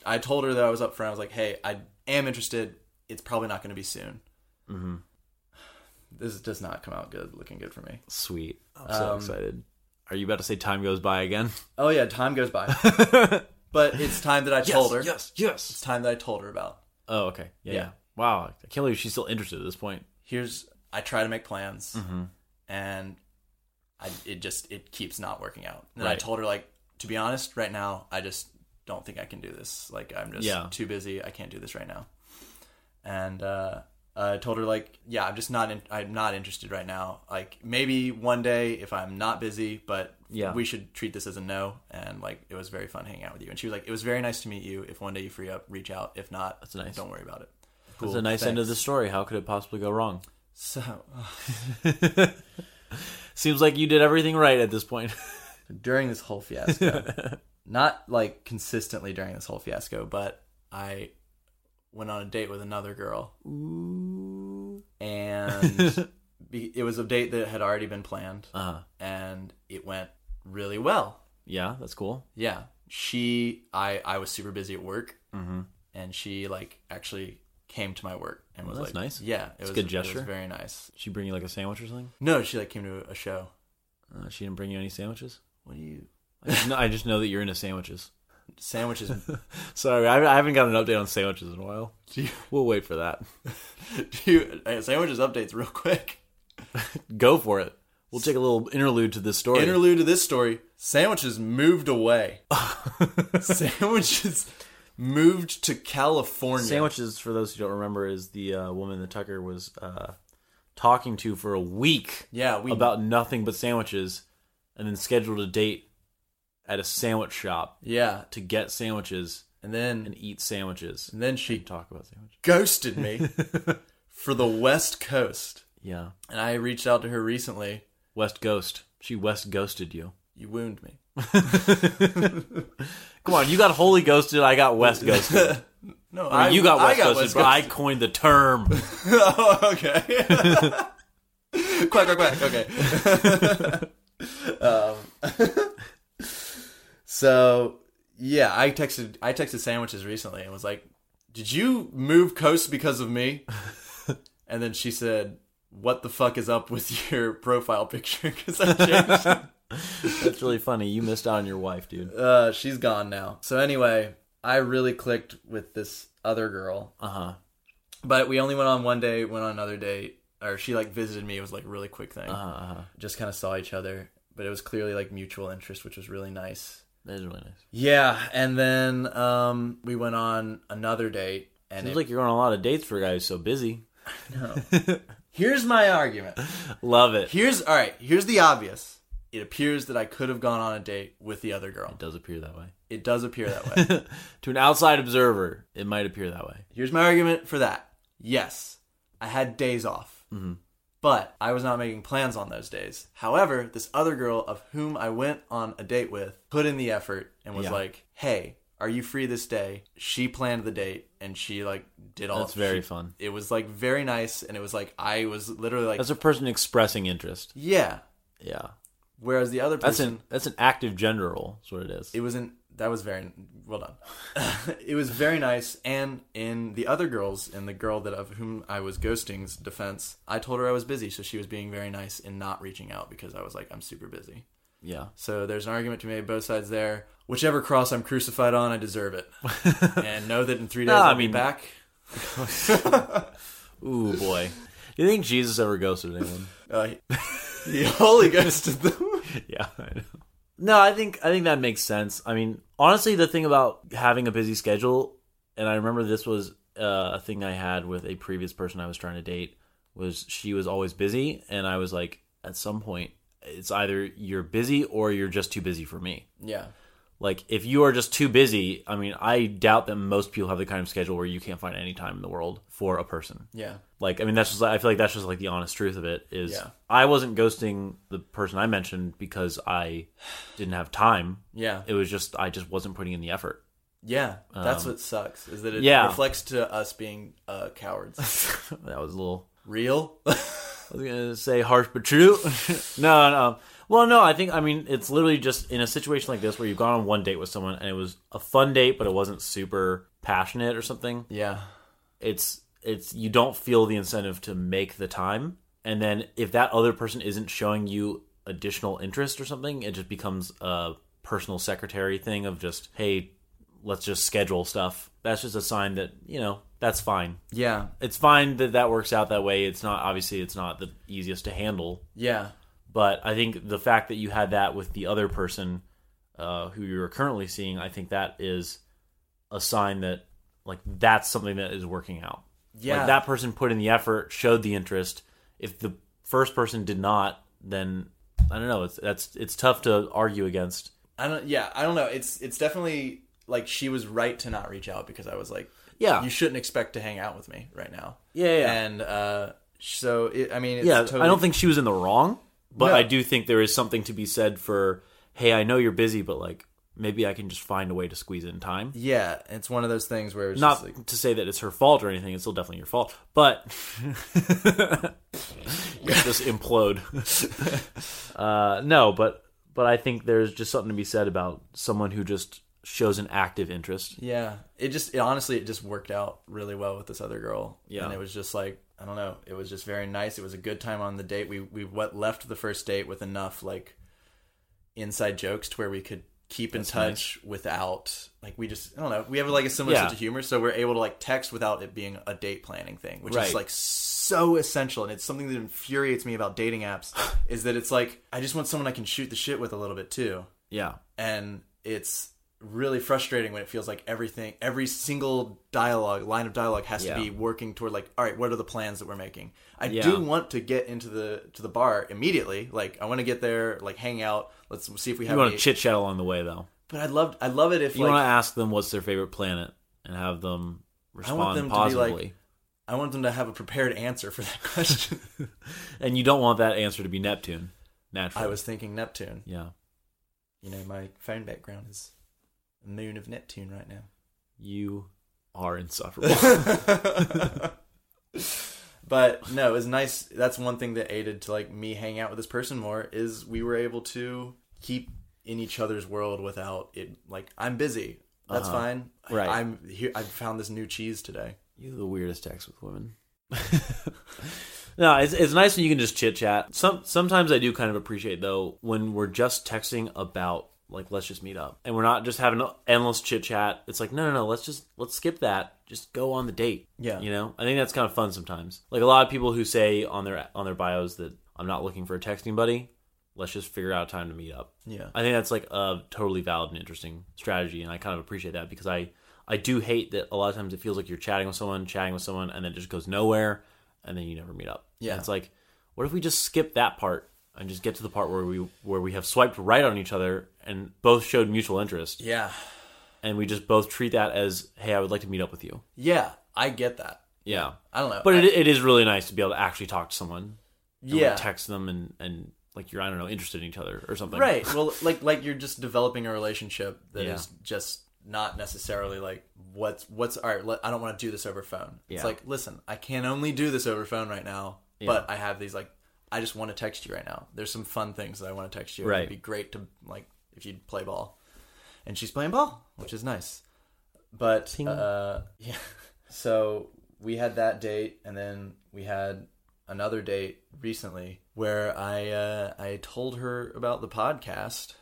I told her that I was up front. I was like, "Hey, I am interested. It's probably not going to be soon. Mm-hmm. This does not come out good, looking good for me." Sweet. I'm so Um, excited. Are you about to say time goes by again? Oh yeah, time goes by, but it's time that I told her. Yes, It's yes. time that I told her about. Oh, okay. Yeah, Yeah. yeah. Wow. I can't believe she's still interested at this point. Here's I try to make Mm-hmm. plans, and I, it just it keeps not working out. And I Right. told her like, to be honest, right now I just don't think I can do this. Like I'm just Yeah. too busy. I can't do this right now. And uh, I told her like, yeah, I'm just not. In, I'm not interested right now. Like maybe one day if I'm not busy, but Yeah. we should treat this as a no. And like it was very fun hanging out with you. And she was like, it was very nice to meet you. If one day you free up, reach out. If not, That's nice. Don't worry about it. That's a nice end of the story. How could it possibly go wrong? So Seems like you did everything right at this point. during this whole fiasco not like consistently during this whole fiasco but i went on a date with another girl Ooh. and be- it was a date that had already been planned Uh, and it went really well yeah, that's cool. yeah she i i was super busy at work Mm-hmm. and she like actually came to my work and was Oh, that's like nice. yeah it was a good it was gesture. very nice She bring you like a sandwich or something? no she like came to a show Uh, she didn't bring you any sandwiches? what do you I just, know, I just know that you're into sandwiches. sandwiches Sorry, I, I haven't got an update on sandwiches in a while. do you, We'll wait for that. do you uh, sandwiches updates real quick Go for it. We'll take a little interlude to this story. Interlude to this story: sandwiches moved away. sandwiches moved to California. Sandwiches, for those who don't remember, is the uh, woman that Tucker was uh, talking to for a week yeah, we about nothing but sandwiches, and then scheduled a date at a sandwich shop yeah, to get sandwiches and then and eat sandwiches. and then she Talk about sandwiches. ghosted me for the West Coast, Yeah, and I reached out to her recently. West Ghost. She West Ghosted you. You wound me. Come on, you got holy ghosted. I got West Ghosted. No, I I mean, you got I West Coast, West but I coined the term. oh, okay. quack, quack, quack. Okay. um, so yeah, I texted I texted sandwiches recently and was like, "Did you move coast because of me?" and then she said, "What the fuck is up with your profile picture?" Because I changed. it." That's really funny. You missed out on your wife, dude. uh, she's gone now. So anyway, I really clicked with this other girl Uh huh. but we only went on one day went on another date or she like visited me it was like a really quick thing Uh huh. just kind of saw each other but it was clearly like mutual interest which was really nice That is really nice. yeah and then um we went on another date and Seems it, like you're on a lot of dates for a guy who's so busy. here's my argument Love it. here's all right here's the obvious it appears that i could have gone on a date with the other girl It does appear that way. it does appear that way to an outside observer, it might appear that way. here's my argument for that yes i had days off Mm-hmm. but I was not making plans on those days. However, this other girl of whom I went on a date with put in the effort and was Yeah. like, "Hey, are you free this day?" She planned the date and she like did all. That's very she- fun. It was like very nice, and it was like I was literally like, That's a person expressing interest. "Yeah." Yeah. Whereas the other person, That's an that's an active gender role. That's what it is. it wasn't. That was very well done. it was very nice, and in the other girls, in the girl that of whom I was ghosting's defense, I told her I was busy, so she was being very nice in not reaching out because I was like, "I'm super busy." yeah. So there's an argument to be made both sides there. Whichever cross I'm crucified on, I deserve it. and know that in three days No, I I'll be mean- back. Ooh boy. Do you think Jesus ever ghosted anyone? Uh, the Holy Ghost. yeah, I know. No, I think I think that makes sense. I mean, honestly, the thing about having a busy schedule, and I remember this was uh, a thing I had with a previous person I was trying to date was she was always busy, and I was like, at some point, it's either you're busy or you're just too busy for me. Yeah. Like, if you are just too busy, I mean, I doubt that most people have the kind of schedule where you can't find any time in the world for a person. Yeah. Like, I mean, that's just, I feel like that's just like the honest truth of it is Yeah. I wasn't ghosting the person I mentioned because I didn't have time. Yeah. It was just, I just wasn't putting in the effort. Yeah. That's what sucks is that it Um, yeah. reflects to us being uh, cowards. that was a little Real? I was gonna say harsh but true. no, no. Well, no. I think I mean it's literally just in a situation like this where you've gone on one date with someone and it was a fun date, but it wasn't super passionate or something. yeah. It's it's you don't feel the incentive to make the time, and then if that other person isn't showing you additional interest or something, it just becomes a personal secretary thing of just hey, let's just schedule stuff. That's just a sign that you know that's fine. Yeah. It's fine that that works out that way. It's not obviously it's not the easiest to handle Yeah. but I think the fact that you had that with the other person uh, who you're currently seeing, I think that is a sign that like that's something that is working out. Yeah. Like that person put in the effort, showed the interest. If the first person did not, then I don't know. It's that's it's tough to argue against. I don't yeah, I don't know. It's it's definitely like she was right to not reach out because I was like Yeah. you shouldn't expect to hang out with me right now. Yeah, yeah. And uh so it, I mean it's yeah, totally I don't think she was in the wrong, but No. I do think there is something to be said for hey, I know you're busy, but like maybe I can just find a way to squeeze in time. Yeah, it's one of those things where it's not just like to say that it's her fault or anything. It's still definitely your fault, but just implode. uh, no, but but I think there's just something to be said about someone who just shows an active interest. Yeah, it just it, honestly it just worked out really well with this other girl. Yeah. and it was just like I don't know, it was just very nice. It was a good time on the date. We we what left the first date with enough like inside jokes to where we could keep in touch without like we just I don't know. We have like a similar Yeah. sense of humor, so we're able to like text without it being a date planning thing, which Right. is like so essential. And it's something that infuriates me about dating apps is that it's like I just want someone I can shoot the shit with a little bit too Yeah, and it's really frustrating when it feels like everything every single dialogue line of dialogue has Yeah. to be working toward like all right what are the plans that we're making i Yeah. do want to get into the to the bar immediately like i want to get there like hang out let's see if we have you want any- to chit chat along the way though. but i love i love it if You like want to ask them what's their favorite planet and have them respond them to be like- positively. i want them to have a prepared answer for that question and you don't want that answer to be Neptune. Naturally, i was thinking neptune yeah. you know my phone background is the moon of neptune right now You are insufferable. but no, it was nice. That's one thing that aided to like me hang out with this person more is we were able to keep in each other's world without it. Like I'm busy. That's Uh-huh. fine. Right. I'm here. I found this new cheese today. You have the weirdest sex with women. no, it's it's nice when you can just chit chat. Some sometimes I do kind of appreciate though when we're just texting about like let's just meet up and we're not just having an endless chit chat. It's like no no no let's just let's skip that. Just go on the date. Yeah. you know I think that's kind of fun sometimes. Like a lot of people who say on their on their bios that I'm not looking for a texting buddy. Let's just figure out a time to meet up. Yeah. I think that's like a totally valid and interesting strategy, and I kind of appreciate that because I I do hate that a lot of times it feels like you're chatting with someone, chatting with someone, and then it just goes nowhere, and then you never meet up. And Yeah. it's like, what if we just skip that part and just get to the part where we where we have swiped right on each other and both showed mutual interest, Yeah. and we just both treat that as, hey, I would like to meet up with you. Yeah. I get that. Yeah, I don't know. but I, it, it is really nice to be able to actually talk to someone, and like, yeah. text them, and and like you're I don't know interested in each other or something, Right. Well, like like you're just developing a relationship that is Yeah. just not necessarily like what's what's all right. Let, I don't want to do this over phone. Yeah. It's like listen, I can only do this over phone right now. But I have these like I just want to text you right now. There's some fun things that I want to text you. Right. It'd be great to like if you'd play ball, and she's playing ball, which is nice. But uh, yeah, so we had that date, and then we had another date recently where I uh, I told her about the podcast.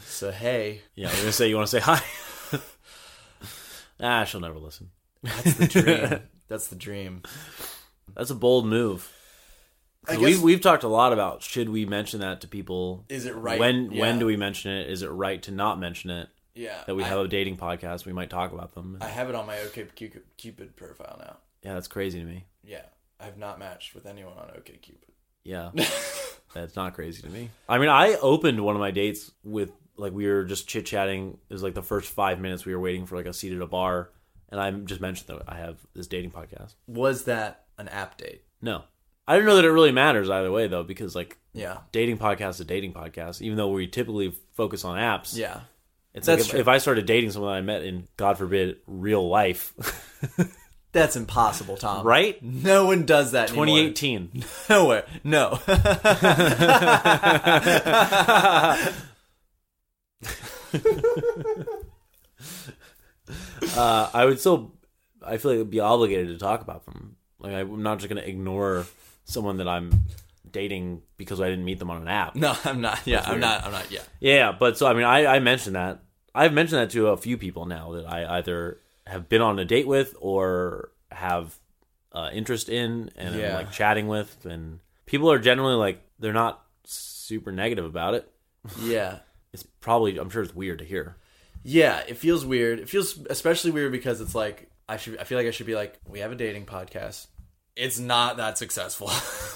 so hey, Yeah, I'm gonna say you want to say hi. ah, she'll never listen. that's the dream. that's the dream. That's a bold move. I we've guess- we've talked a lot about should we mention that to people? Is it right? When Yeah. when do we mention it? Is it right to not mention it? Yeah, That we I, have a dating podcast, we might talk about them. I have it on my OKCupid Cupid profile now. yeah, that's crazy to me. Yeah, I have not matched with anyone on OKCupid. Yeah, that's not crazy to me. I mean, I opened one of my dates with like we were just chit chatting. It was like the first five minutes we were waiting for like a seat at a bar, and I just mentioned that I have this dating podcast. Was that an app date? No, I don't know that it really matters either way though, because like Yeah, dating podcast is a dating podcast, even though we typically focus on apps. yeah. It's That's like if, true. if I started dating someone I met in, God forbid, real life, That's impossible, Tom. right? No one does that. anymore. 2018. Nowhere. No. Uh, I would still, I feel like I'd be obligated to talk about them. Like, I'm not just going to ignore someone that I'm dating because I didn't meet them on an app. No, I'm not. Yeah, I'm weird. not. I'm not. Yeah. Yeah, but so, I mean, I, I mentioned that. I've mentioned that to a few people now that I either have been on a date with or have uh, interest in and Yeah. am like chatting with. And people are generally like, they're not super negative about it. Yeah. It's probably, I'm sure it's weird to hear. Yeah, it feels weird. It feels especially weird because it's like I should. I feel like I should be like, we have a dating podcast. It's not that successful.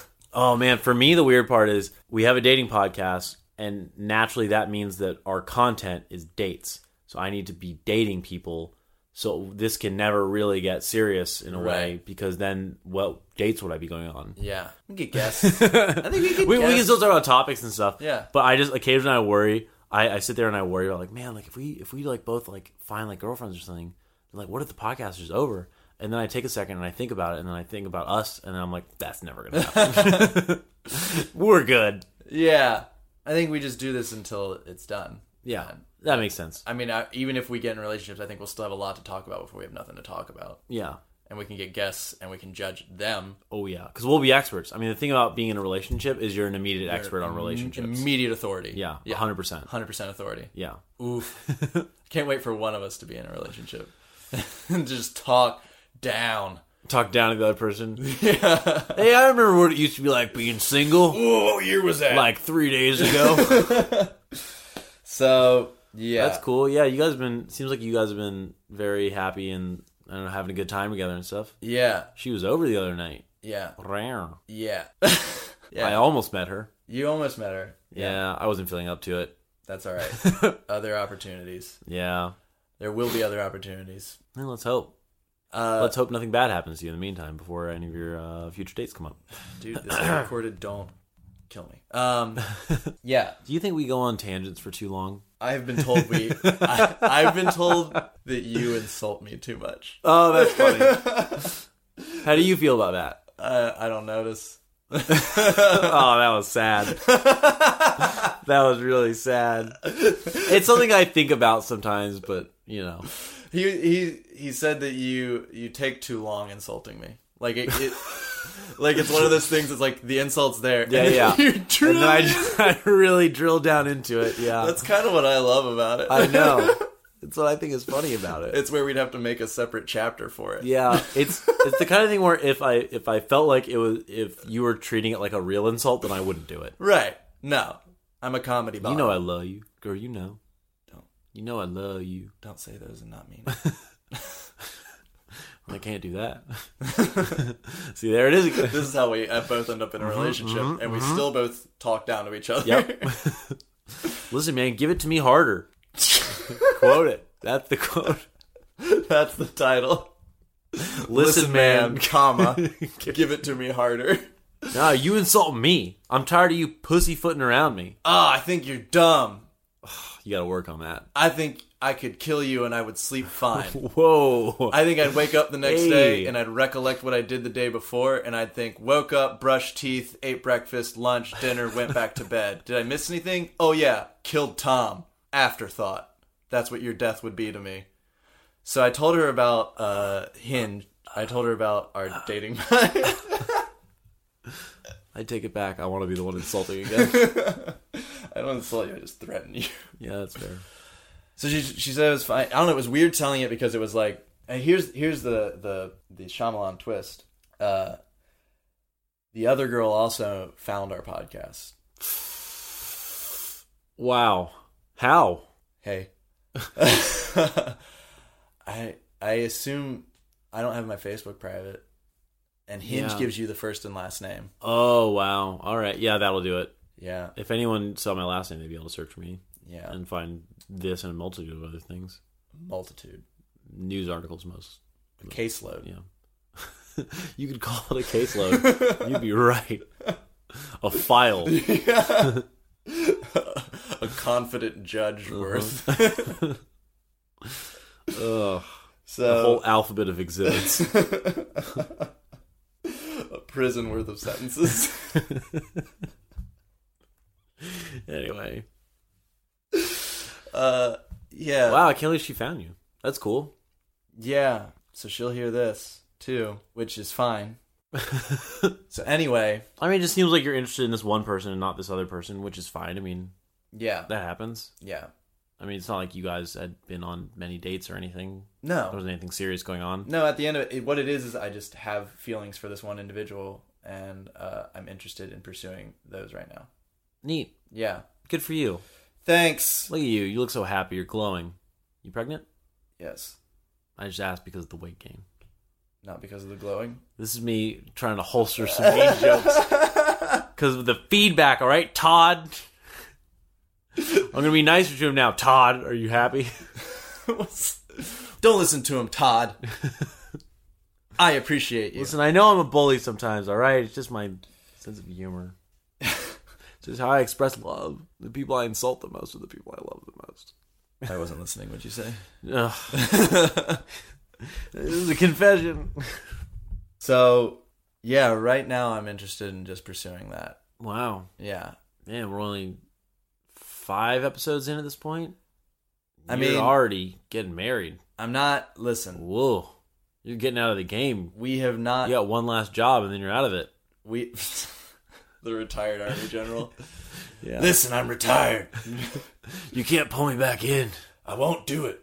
Oh man, for me the weird part is we have a dating podcast and naturally that means that our content is dates. So I need to be dating people. So this can never really get serious in a way Right. because then what dates would I be going on? yeah, we can get guests. I think we can. We, we can guess. still talk about topics and stuff. Yeah. But I just occasionally I worry. I, I sit there and I worry about like, man, like if we if we like both like find like girlfriends or something, like what if the podcast is over? And then I take a second and I think about it and then I think about us and then I'm like, that's never gonna happen. We're good. Yeah, I think we just do this until it's done. Yeah. That makes sense. I mean, I, even if we get in relationships, I think we'll still have a lot to talk about before we have nothing to talk about, Yeah. and we can get guests and we can judge them. Oh yeah. Because we'll be experts. I mean the thing about being in a relationship is you're an immediate expert on relationships. Immediate authority. Yeah. yeah, hundred percent. hundred percent authority. Yeah. Oof. Can't wait for one of us to be in a relationship. Just talk down. Talk down to the other person. Yeah. Hey, I remember what it used to be like being single Ooh, what year was that? like three days ago. so, yeah. That's cool. Yeah, you guys have been seems like you guys have been very happy and I don't know, having a good time together and stuff. Yeah, She was over the other night. yeah, Rare. yeah. I yeah. almost met her. You almost met her. Yeah. I wasn't feeling up to it. That's all right. other opportunities. Yeah. There will be other opportunities. Well, let's hope. Uh, Let's hope nothing bad happens to you in the meantime before any of your uh, future dates come up. dude, this is recorded. Don't kill me. Um, yeah, Do you think we go on tangents for too long? I've been told we. I, I've been told that you insult me too much. Oh, that's funny. How do you feel about that? Uh, I don't notice. Oh, that was sad. that was really sad. It's something I think about sometimes, but you know. He he he said that you you take too long insulting me. Like it, it like it's one of those things. It's like the insult's there. Yeah, yeah. you And then I, truly- just, I really drill down into it. Yeah, that's kind of what I love about it. I know. It's what I think is funny about it. it's where we'd have to make a separate chapter for it. yeah, it's it's the kind of thing where if I if I felt like it was if you were treating it like a real insult, then I wouldn't do it. Right? No, I'm a comedy. Bob. You know I love you, girl. You know. Don't. You know I love you. don't say those and not mean. I can't do that. See, there it is again. it. this is how we uh, both end up in a Mm-hmm, relationship, and we still both talk down to each other. Yep. Listen, man, give it to me harder. quote it. That's the quote. that's the title. Listen, Listen, man, comma, give it to me harder. No, you insult me. I'm tired of you pussyfooting around me. Ah, I think you're dumb. You got to work on that. I think I could kill you and I would sleep fine. Whoa. I think I'd wake up the next Hey. day and I'd recollect what I did the day before and I'd think, woke up, brushed teeth, ate breakfast, lunch, dinner, went back to bed. Did I miss anything? Oh, yeah, killed Tom. Afterthought. That's what your death would be to me. So I told her about uh, Hinge. I told her about our dating. I take it back. I want to be the one insulting again. I don't insult you, I just threaten you. yeah, that's fair. So she she said it was fine. I don't know. It was weird telling it because it was like and here's here's the the the Shyamalan twist. Uh, the other girl also found our podcast. Wow. How? Hey. I I assume I don't have my Facebook private. And Hinge Yeah. gives you the first and last name. Oh, wow. All right. Yeah, that'll do it. Yeah. If anyone saw my last name, they'd be able to search for me Yeah. and find this and a multitude of other things. Multitude. News articles, most. A caseload. Yeah. you could call it a caseload. You'd be right. A file. a confident judge worth. Uh-huh. Ugh. A So whole alphabet of exhibits. a prison worth of sentences. anyway. Uh yeah. Wow, I can't believe she found you. That's cool. Yeah. So she'll hear this too, which is fine. so anyway, I mean, it just seems like you're interested in this one person and not this other person, which is fine. I mean, yeah. that happens. Yeah. I mean, it's not like you guys had been on many dates or anything. There No. wasn't anything serious going on. No, at the end of it, what it is is I just have feelings for this one individual and uh, I'm interested in pursuing those right now. Neat. Yeah. Good for you. Thanks. Look at you. You look so happy. You're glowing. You pregnant? Yes. I just asked because of the weight gain. Not because of the glowing. This is me trying to holster some mean jokes because of the feedback. All right, Todd. I'm gonna be nicer to him now. Todd, are you happy? Don't listen to him, Todd. I appreciate you. Listen, I know I'm a bully sometimes. All right, it's just my sense of humor. it's just how I express love. The people I insult the most are the people I love the most. I wasn't listening. What'd you say? Ugh. this is a confession. So, yeah, right now I'm interested in just pursuing that. Wow, Yeah. man, we're only five episodes in at this point. I You're mean- already getting married. I'm not, listen, Whoa, you're getting out of the game. we have not, You got one last job, and then you're out of it. we, the retired Army General. Yeah. Listen, I'm retired. You can't pull me back in. I won't do it.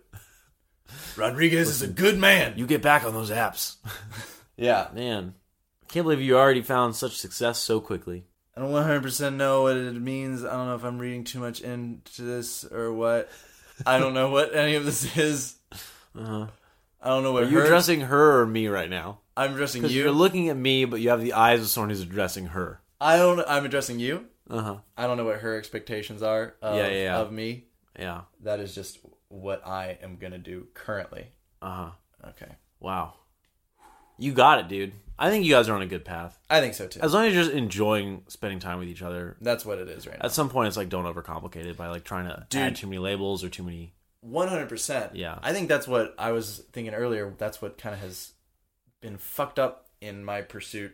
Rodriguez is a good man. You get back on those apps. Yeah. Man, I can't believe you already found such success so quickly. I don't 100% know what it means. I don't know if I'm reading too much into this or what. I don't know what any of this is. Uh-huh. I don't know what Are you her- addressing her or me right now? I'm addressing Because you... are you. looking at me, but you have the eyes of someone who's addressing her. I don't. I'm addressing you. Uh huh. I don't know what her expectations are of, Yeah, yeah, yeah. of me. Yeah. That is just what I am gonna do currently. Uh huh. Okay, Wow. You got it, dude. I think you guys are on a good path. I think so too. As long as you're just enjoying spending time with each other. That's what it is right now. At some point, it's like don't overcomplicate it by like trying to Dude. add too many labels or too many. One hundred percent. Yeah. I think that's what I was thinking earlier. That's what kind of has been fucked up in my pursuit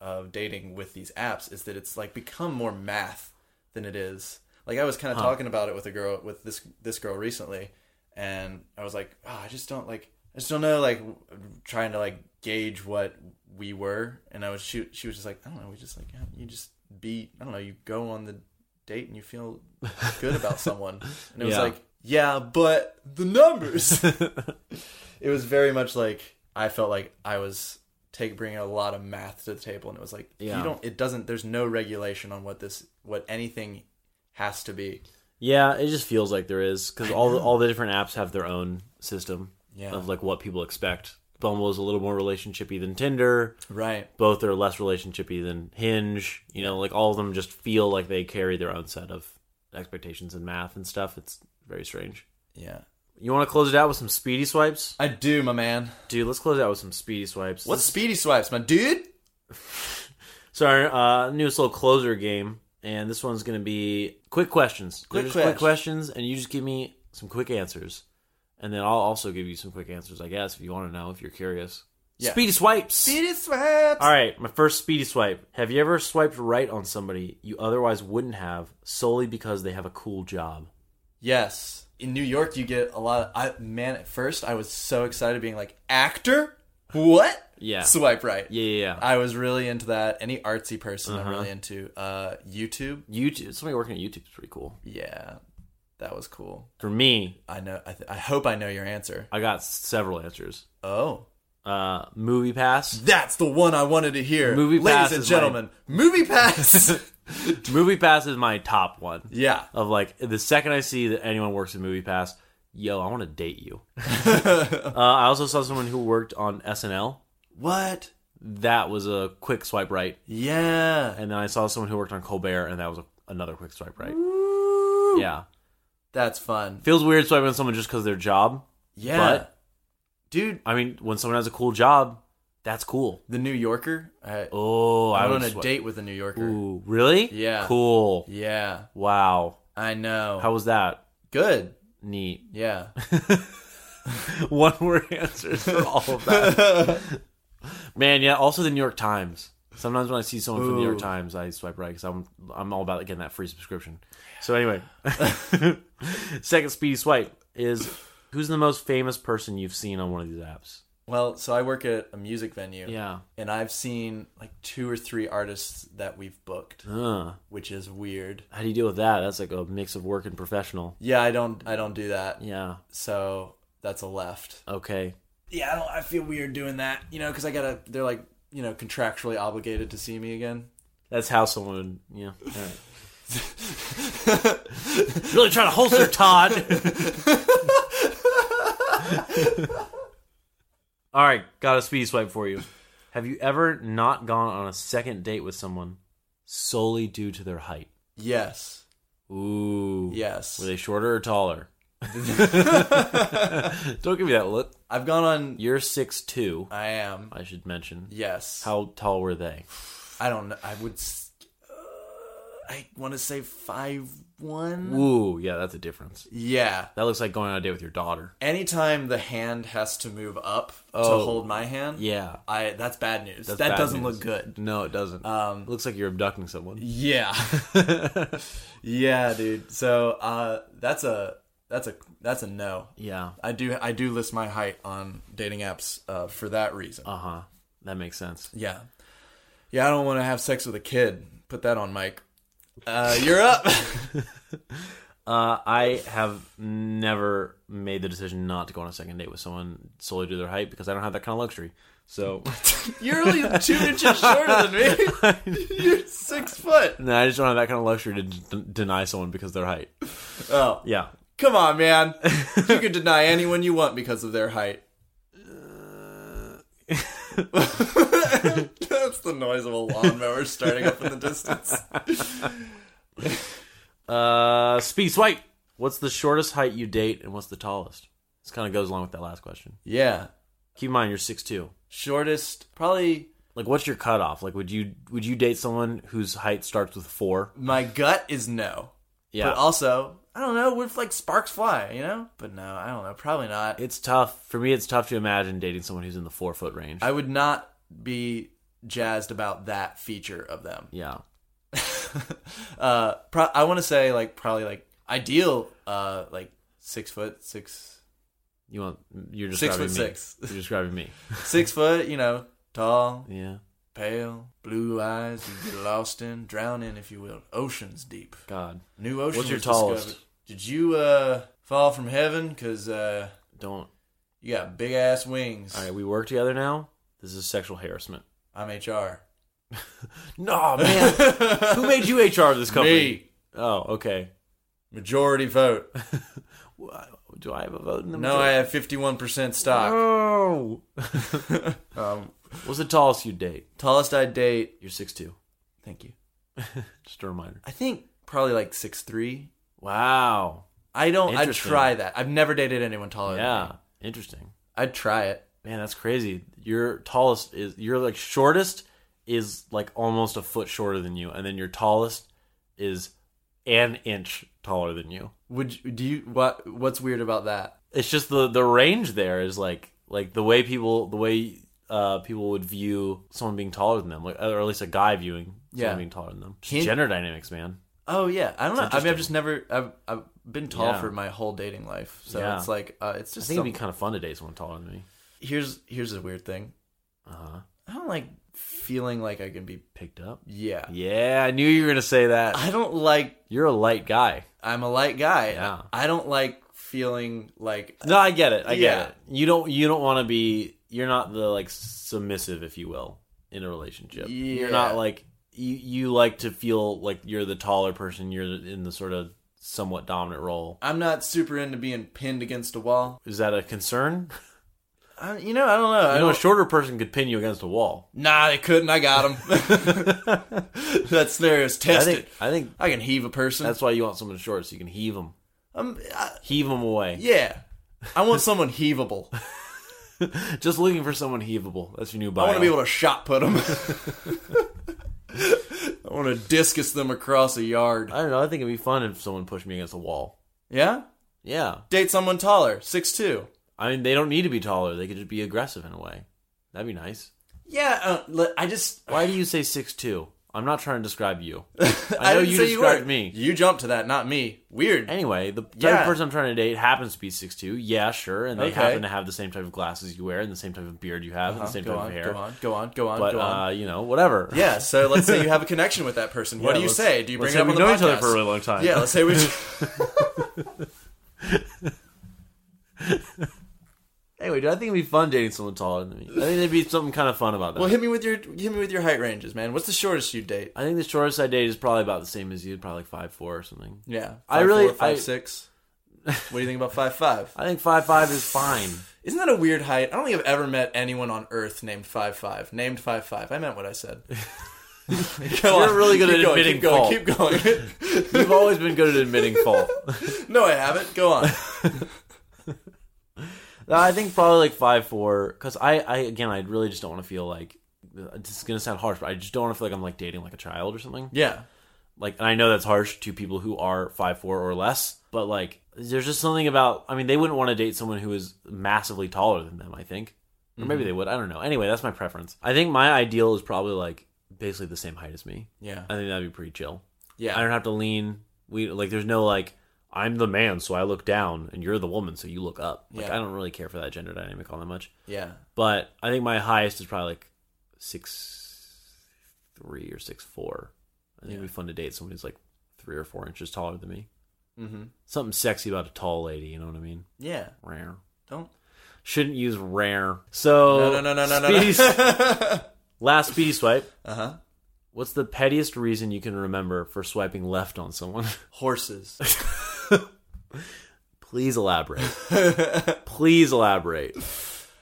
of dating with these apps is that it's like become more math than it is. Like I was kind of talking about it with a girl with this this girl recently, and I was like, oh, I just don't like. I just don't know, like trying to like gauge what we were, and I was she, she was just like, I don't know, we just like yeah, you just be, I don't know, you go on the date and you feel good about someone, and it was Yeah. like, yeah, but the numbers. it was very much like I felt like I was take bringing a lot of math to the table, and it was like Yeah. you don't. It doesn't. There's no regulation on what this, what anything has to be. Yeah, it just feels like there is because all the, all the different apps have their own system Yeah. of like what people expect. Bumble is a little more relationshipy than Tinder. Right. Both are less relationshipy than Hinge. You know, like all of them just feel like they carry their own set of expectations and math and stuff. It's very strange. Yeah. You want to close it out with some speedy swipes, I do, my man. dude? Let's close it out with some speedy swipes. What's speedy swipes, my dude? So our uh, newest little closer game, and this one's gonna be quick questions. They're Quick just questions. quick questions, and you just give me some quick answers, and then I'll also give you some quick answers, I guess, if you want to know, if you're curious. Yeah. Speedy swipes. Speedy swipes. All right, my first speedy swipe. Have you ever swiped right on somebody you otherwise wouldn't have solely because they have a cool job? Yes. In New York, you get a lot. Of, I man, at first I was so excited, being like actor. What? Yeah. Swipe right. Yeah, yeah, yeah. I was really into that. Any artsy person, I'm really into. Uh, YouTube. YouTube. Somebody working at YouTube is pretty cool. Yeah, that was cool. For me, I know. I, th- I hope I know your answer. I got several answers. Oh, uh, Movie Pass. That's the one I wanted to hear. Movie Ladies Pass and is my- gentlemen, Movie Pass. Movie Pass is my top one. yeah. Of like the second I see that anyone works at Movie Pass, yo, I want to date you. uh, I also saw someone who worked on SNL. What? That was a quick swipe right, Yeah. and then I saw someone who worked on Colbert, and that was a, another quick swipe right. Yeah, That's fun. feels weird swiping on someone just because their job. Yeah. But- Dude, I mean, when someone has a cool job, that's cool. the New Yorker. I, Oh, I, I would went on a swi- date with a New Yorker. Ooh, really? Yeah. Cool. Yeah. Wow. I know. How was that? Good. Neat. Yeah. One word answers for all of that. Man, yeah. Also, the New York Times. Sometimes when I see someone from the New York Ooh. Times, I swipe right because I'm I'm all about getting that free subscription. So anyway, second speedy swipe is who's the most famous person you've seen on one of these apps? Well, so I work at a music venue. Yeah. And I've seen like two or three artists that we've booked, Uh, which is weird. how do you deal with that? That's like a mix of work and professional. Yeah, I don't I don't do that. Yeah. So that's a left. Okay. Yeah, I don't I feel weird doing that, you know, cuz I got to they're like, you know, contractually obligated to see me again. That's how someone would, yeah. All right. really trying to holster Todd. All right, got a speed swipe for you. Have you ever not gone on a second date with someone solely due to their height? Yes. Ooh. Yes. Were they shorter or taller? Don't give me that look. I've gone on You're 6'2, I am. I should mention. Yes. How tall were they? I don't know. I would s- uh, I want to say five one. Ooh, yeah, that's a difference. Yeah. That looks like going on a date with your daughter. Anytime the hand has to move up Oh. to hold my hand, Yeah. I that's bad news. That's that bad doesn't news. look good. No, it doesn't. Um, looks like you're abducting someone. Yeah. yeah, dude. So uh that's a that's a that's a no. Yeah. I do I do list my height on dating apps uh for that reason. Uh huh. That makes sense. Yeah. Yeah, I don't want to have sex with a kid. Put that on Mike. Uh you're up. Uh, I have never made the decision not to go on a second date with someone solely due to their height because I don't have that kind of luxury. So you're only two inches shorter than me. you're six foot. no, I just don't have that kind of luxury to d- deny someone because of their height. Oh. Yeah. Come on, man. You can deny anyone you want because of their height. That's the noise of a lawnmower starting up in the distance. Uh, speed swipe. What's the shortest height you date and what's the tallest? This kind of goes along with that last question. Yeah. Keep in mind you're six two. Shortest, probably Like, what's your cutoff? Like, would you would you date someone whose height starts with four? my gut is no. Yeah. But also, I don't know, what if like sparks fly, you know? But no, I don't know, probably not. It's tough. For me, it's tough to imagine dating someone who's in the four foot range. I would not be jazzed about that feature of them. yeah. uh, pro- I want to say like probably like ideal, uh, like six foot six, You want, you're six describing foot me. six, You're describing me. six foot. You know, tall, Yeah. pale, blue eyes. You get lost in, drown in, if you will, oceans deep. God. New ocean. What's your was tallest? discovered. Did you uh fall from heaven? Cause uh, Don't. you got big ass wings. All right. We work together now. This is sexual harassment. I'm HR. No, man. Who made you HR of this company? Me, Oh, okay. majority vote. Wh- Do I have a vote in the No, I have 51% stock. No. Um, What's the tallest you date? tallest I date. You're six two. Thank you. Just a reminder. I think probably like six three. Wow. I don't. I'd Interesting. try that. I've never dated anyone taller. Than me. Yeah. Interesting. I'd try it. Man, that's crazy. Your tallest is your like shortest is like almost a foot shorter than you, and then your tallest is an inch taller than you. Would you, do you what? What's weird about that? It's just the the range there is like like the way people the way uh people would view someone being taller than them, like or at least a guy viewing someone Yeah. being taller than them. Just Can- gender dynamics, man. Oh yeah, I don't know. I mean, interesting. I've just never. I've I've been tall Yeah. for my whole dating life, so Yeah. it's like uh, it's I just. think it'd be some- kind of fun to date someone taller than me. here's here's a weird thing. Uh huh. I don't like feeling like I can be. Picked up. Yeah, Yeah, I knew you were gonna say that. I don't like. You're a light guy. I'm a light guy. Yeah. I don't like feeling like. No, I get it. I Yeah. get it. You don't you don't want to be you're not the like submissive, if you will, in a relationship. Yeah. You're not like you you like to feel like you're the taller person. You're in the sort of somewhat dominant role. I'm not super into being pinned against a wall. Is that a concern? I, you know, I don't know. I I know a don't, shorter person could pin you against a wall. nah, they couldn't. I got him. that scenario's I tested. I, think I think can heave a person. that's why you want someone short so you can heave them, um, I- heave them away. yeah, I want someone heavable. Just looking for someone heavable. That's your new bio. I want to be able to shot put them. I want to discus them across a yard. I don't know. I think it'd be fun if someone pushed me against a wall. Yeah, Yeah. date someone taller, six two. I mean, they don't need to be taller. They could just be aggressive in a way. That'd be nice. Yeah, uh, le- I just Why do you say six two? I'm not trying to describe you. I, I know didn't you say you were described me. You jumped to that, not me. Weird. Anyway, the type Yeah. of person I'm trying to date happens to be six two. Yeah, sure. And they Okay. Uh-huh. happen to have the same type of glasses you wear and the same type of beard you have and the same Oh, go, type on, of hair. go on, go on, go on, But, go on. uh, you know, whatever. yeah, so let's say you have a connection with that person. What Yeah, do you let's- say? Do you bring it up on let's say we the know podcast? each other for a really long time. yeah, let's say we. Anyway, dude, I think it'd be fun dating someone taller than me. I think there'd be something kind of fun about that. well, hit me with your hit me with your height ranges, man. What's the shortest you date? I think the shortest I date is probably about the same as you, probably like five four or something. Yeah, I really- four, five I- six. What do you think about five five? I think five five is fine. Isn't that a weird height? I don't think I've ever met anyone on Earth named five five. Named five five. I meant what I said. Go You're really good Keep at going, admitting keep going, fault. Keep going. You've always been good at admitting fault. no, I haven't. Go on. Uh, I think probably like five four, because I, I again, I really just don't want to feel like uh, this is gonna sound harsh, but I just don't want to feel like I'm like dating like a child or something. Yeah. Like, and I know that's harsh to people who are five four or less, but like, there's just something about. I mean, they wouldn't want to date someone who is massively taller than them. I think, or maybe they would. I don't know. Anyway, that's my preference. I think my ideal is probably like basically the same height as me. Yeah. I think that'd be pretty chill. I Yeah. don't have to lean. We like there's no like I'm the man, so I look down, and you're the woman, so you look up. Like Yeah. I don't really care for that gender dynamic all that much. Yeah. But I think my highest is probably like six three or six four. I think it'd be fun to date someone who's like three or four inches taller than me. Mm-hmm. Something sexy about a tall lady, you know what I mean? Yeah. Rare. Don't. Shouldn't use rare. So No, no, no, no, no, no. speedy- last speedy swipe. uh huh. What's the pettiest reason you can remember for swiping left on someone? Horses. Please elaborate. Please elaborate.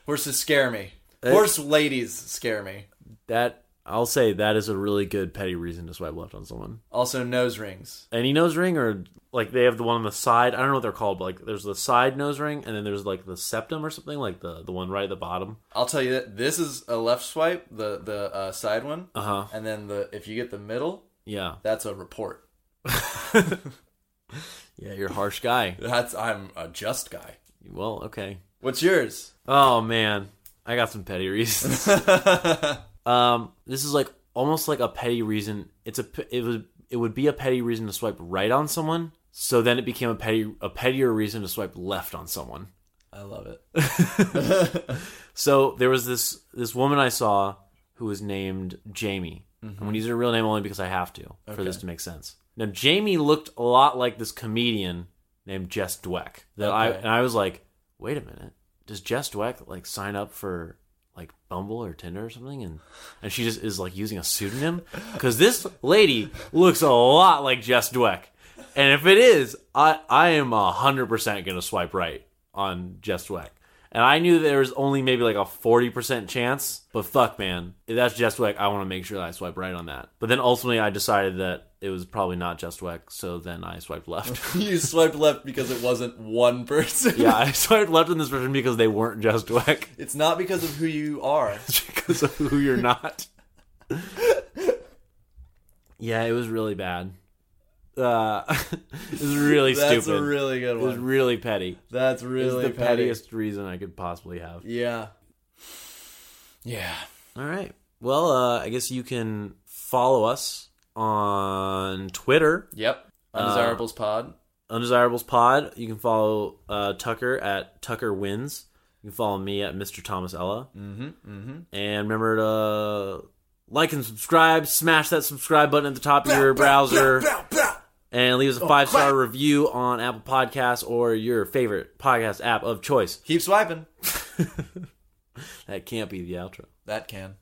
Horses scare me. Horse ladies scare me. That I'll say that is a really good petty reason to swipe left on someone. Also, nose rings. Any nose ring or like they have the one on the side. I don't know what they're called, but like there's the side nose ring and then there's like the septum or something, like the the one right at the bottom. I'll tell you that this is a left swipe, the the uh, side one, Uh huh. and then the if you get the middle, Yeah. that's a report. Yeah, you're a harsh guy. That's I'm a just guy. Well, okay. What's yours? Oh man, I got some petty reasons. um, this is like almost like a petty reason. It's a p- it was it would be a petty reason to swipe right on someone. So then it became a petty a pettier reason to swipe left on someone. I love it. So there was this this woman I saw who was named Jamie. I'm gonna use her real name only because I have to for this to make sense. Now Jamie looked a lot like this comedian named Jess Dweck. That I Okay. and I was like, wait a minute, does Jess Dweck like sign up for like Bumble or Tinder or something? And and she just is like using a pseudonym because this lady looks a lot like Jess Dweck. And if it is, I I am hundred percent gonna swipe right on Jess Dweck. And I knew there was only maybe like a 40% chance, but fuck, man. If that's Jess Dweck, I want to make sure that I swipe right on that. But then ultimately, I decided that it was probably not Jess Dweck, so then I swiped left. you swiped left because it wasn't one person. yeah, I swiped left in this version because they weren't Jess Dweck, It's not because of who you are. It's because of who you're not. yeah, it was really bad. Uh, it was really That's stupid. a really good it was one. really petty. That's It was really the petty. pettiest reason I could possibly have. Yeah. Yeah. All right. Well, uh, I guess you can follow us on Twitter, Yep. Undesirables Pod. Undesirables Pod. You can follow uh, Tucker at Tucker Wins. You can follow me at Mr. Thomas Ella. Mm-hmm. Mm-hmm. And remember to like and subscribe. Smash that subscribe button at the top of your browser. And leave us Oh, a five star review on Apple Podcasts or your favorite podcast app of choice. Keep swiping. That can't be the outro. That can.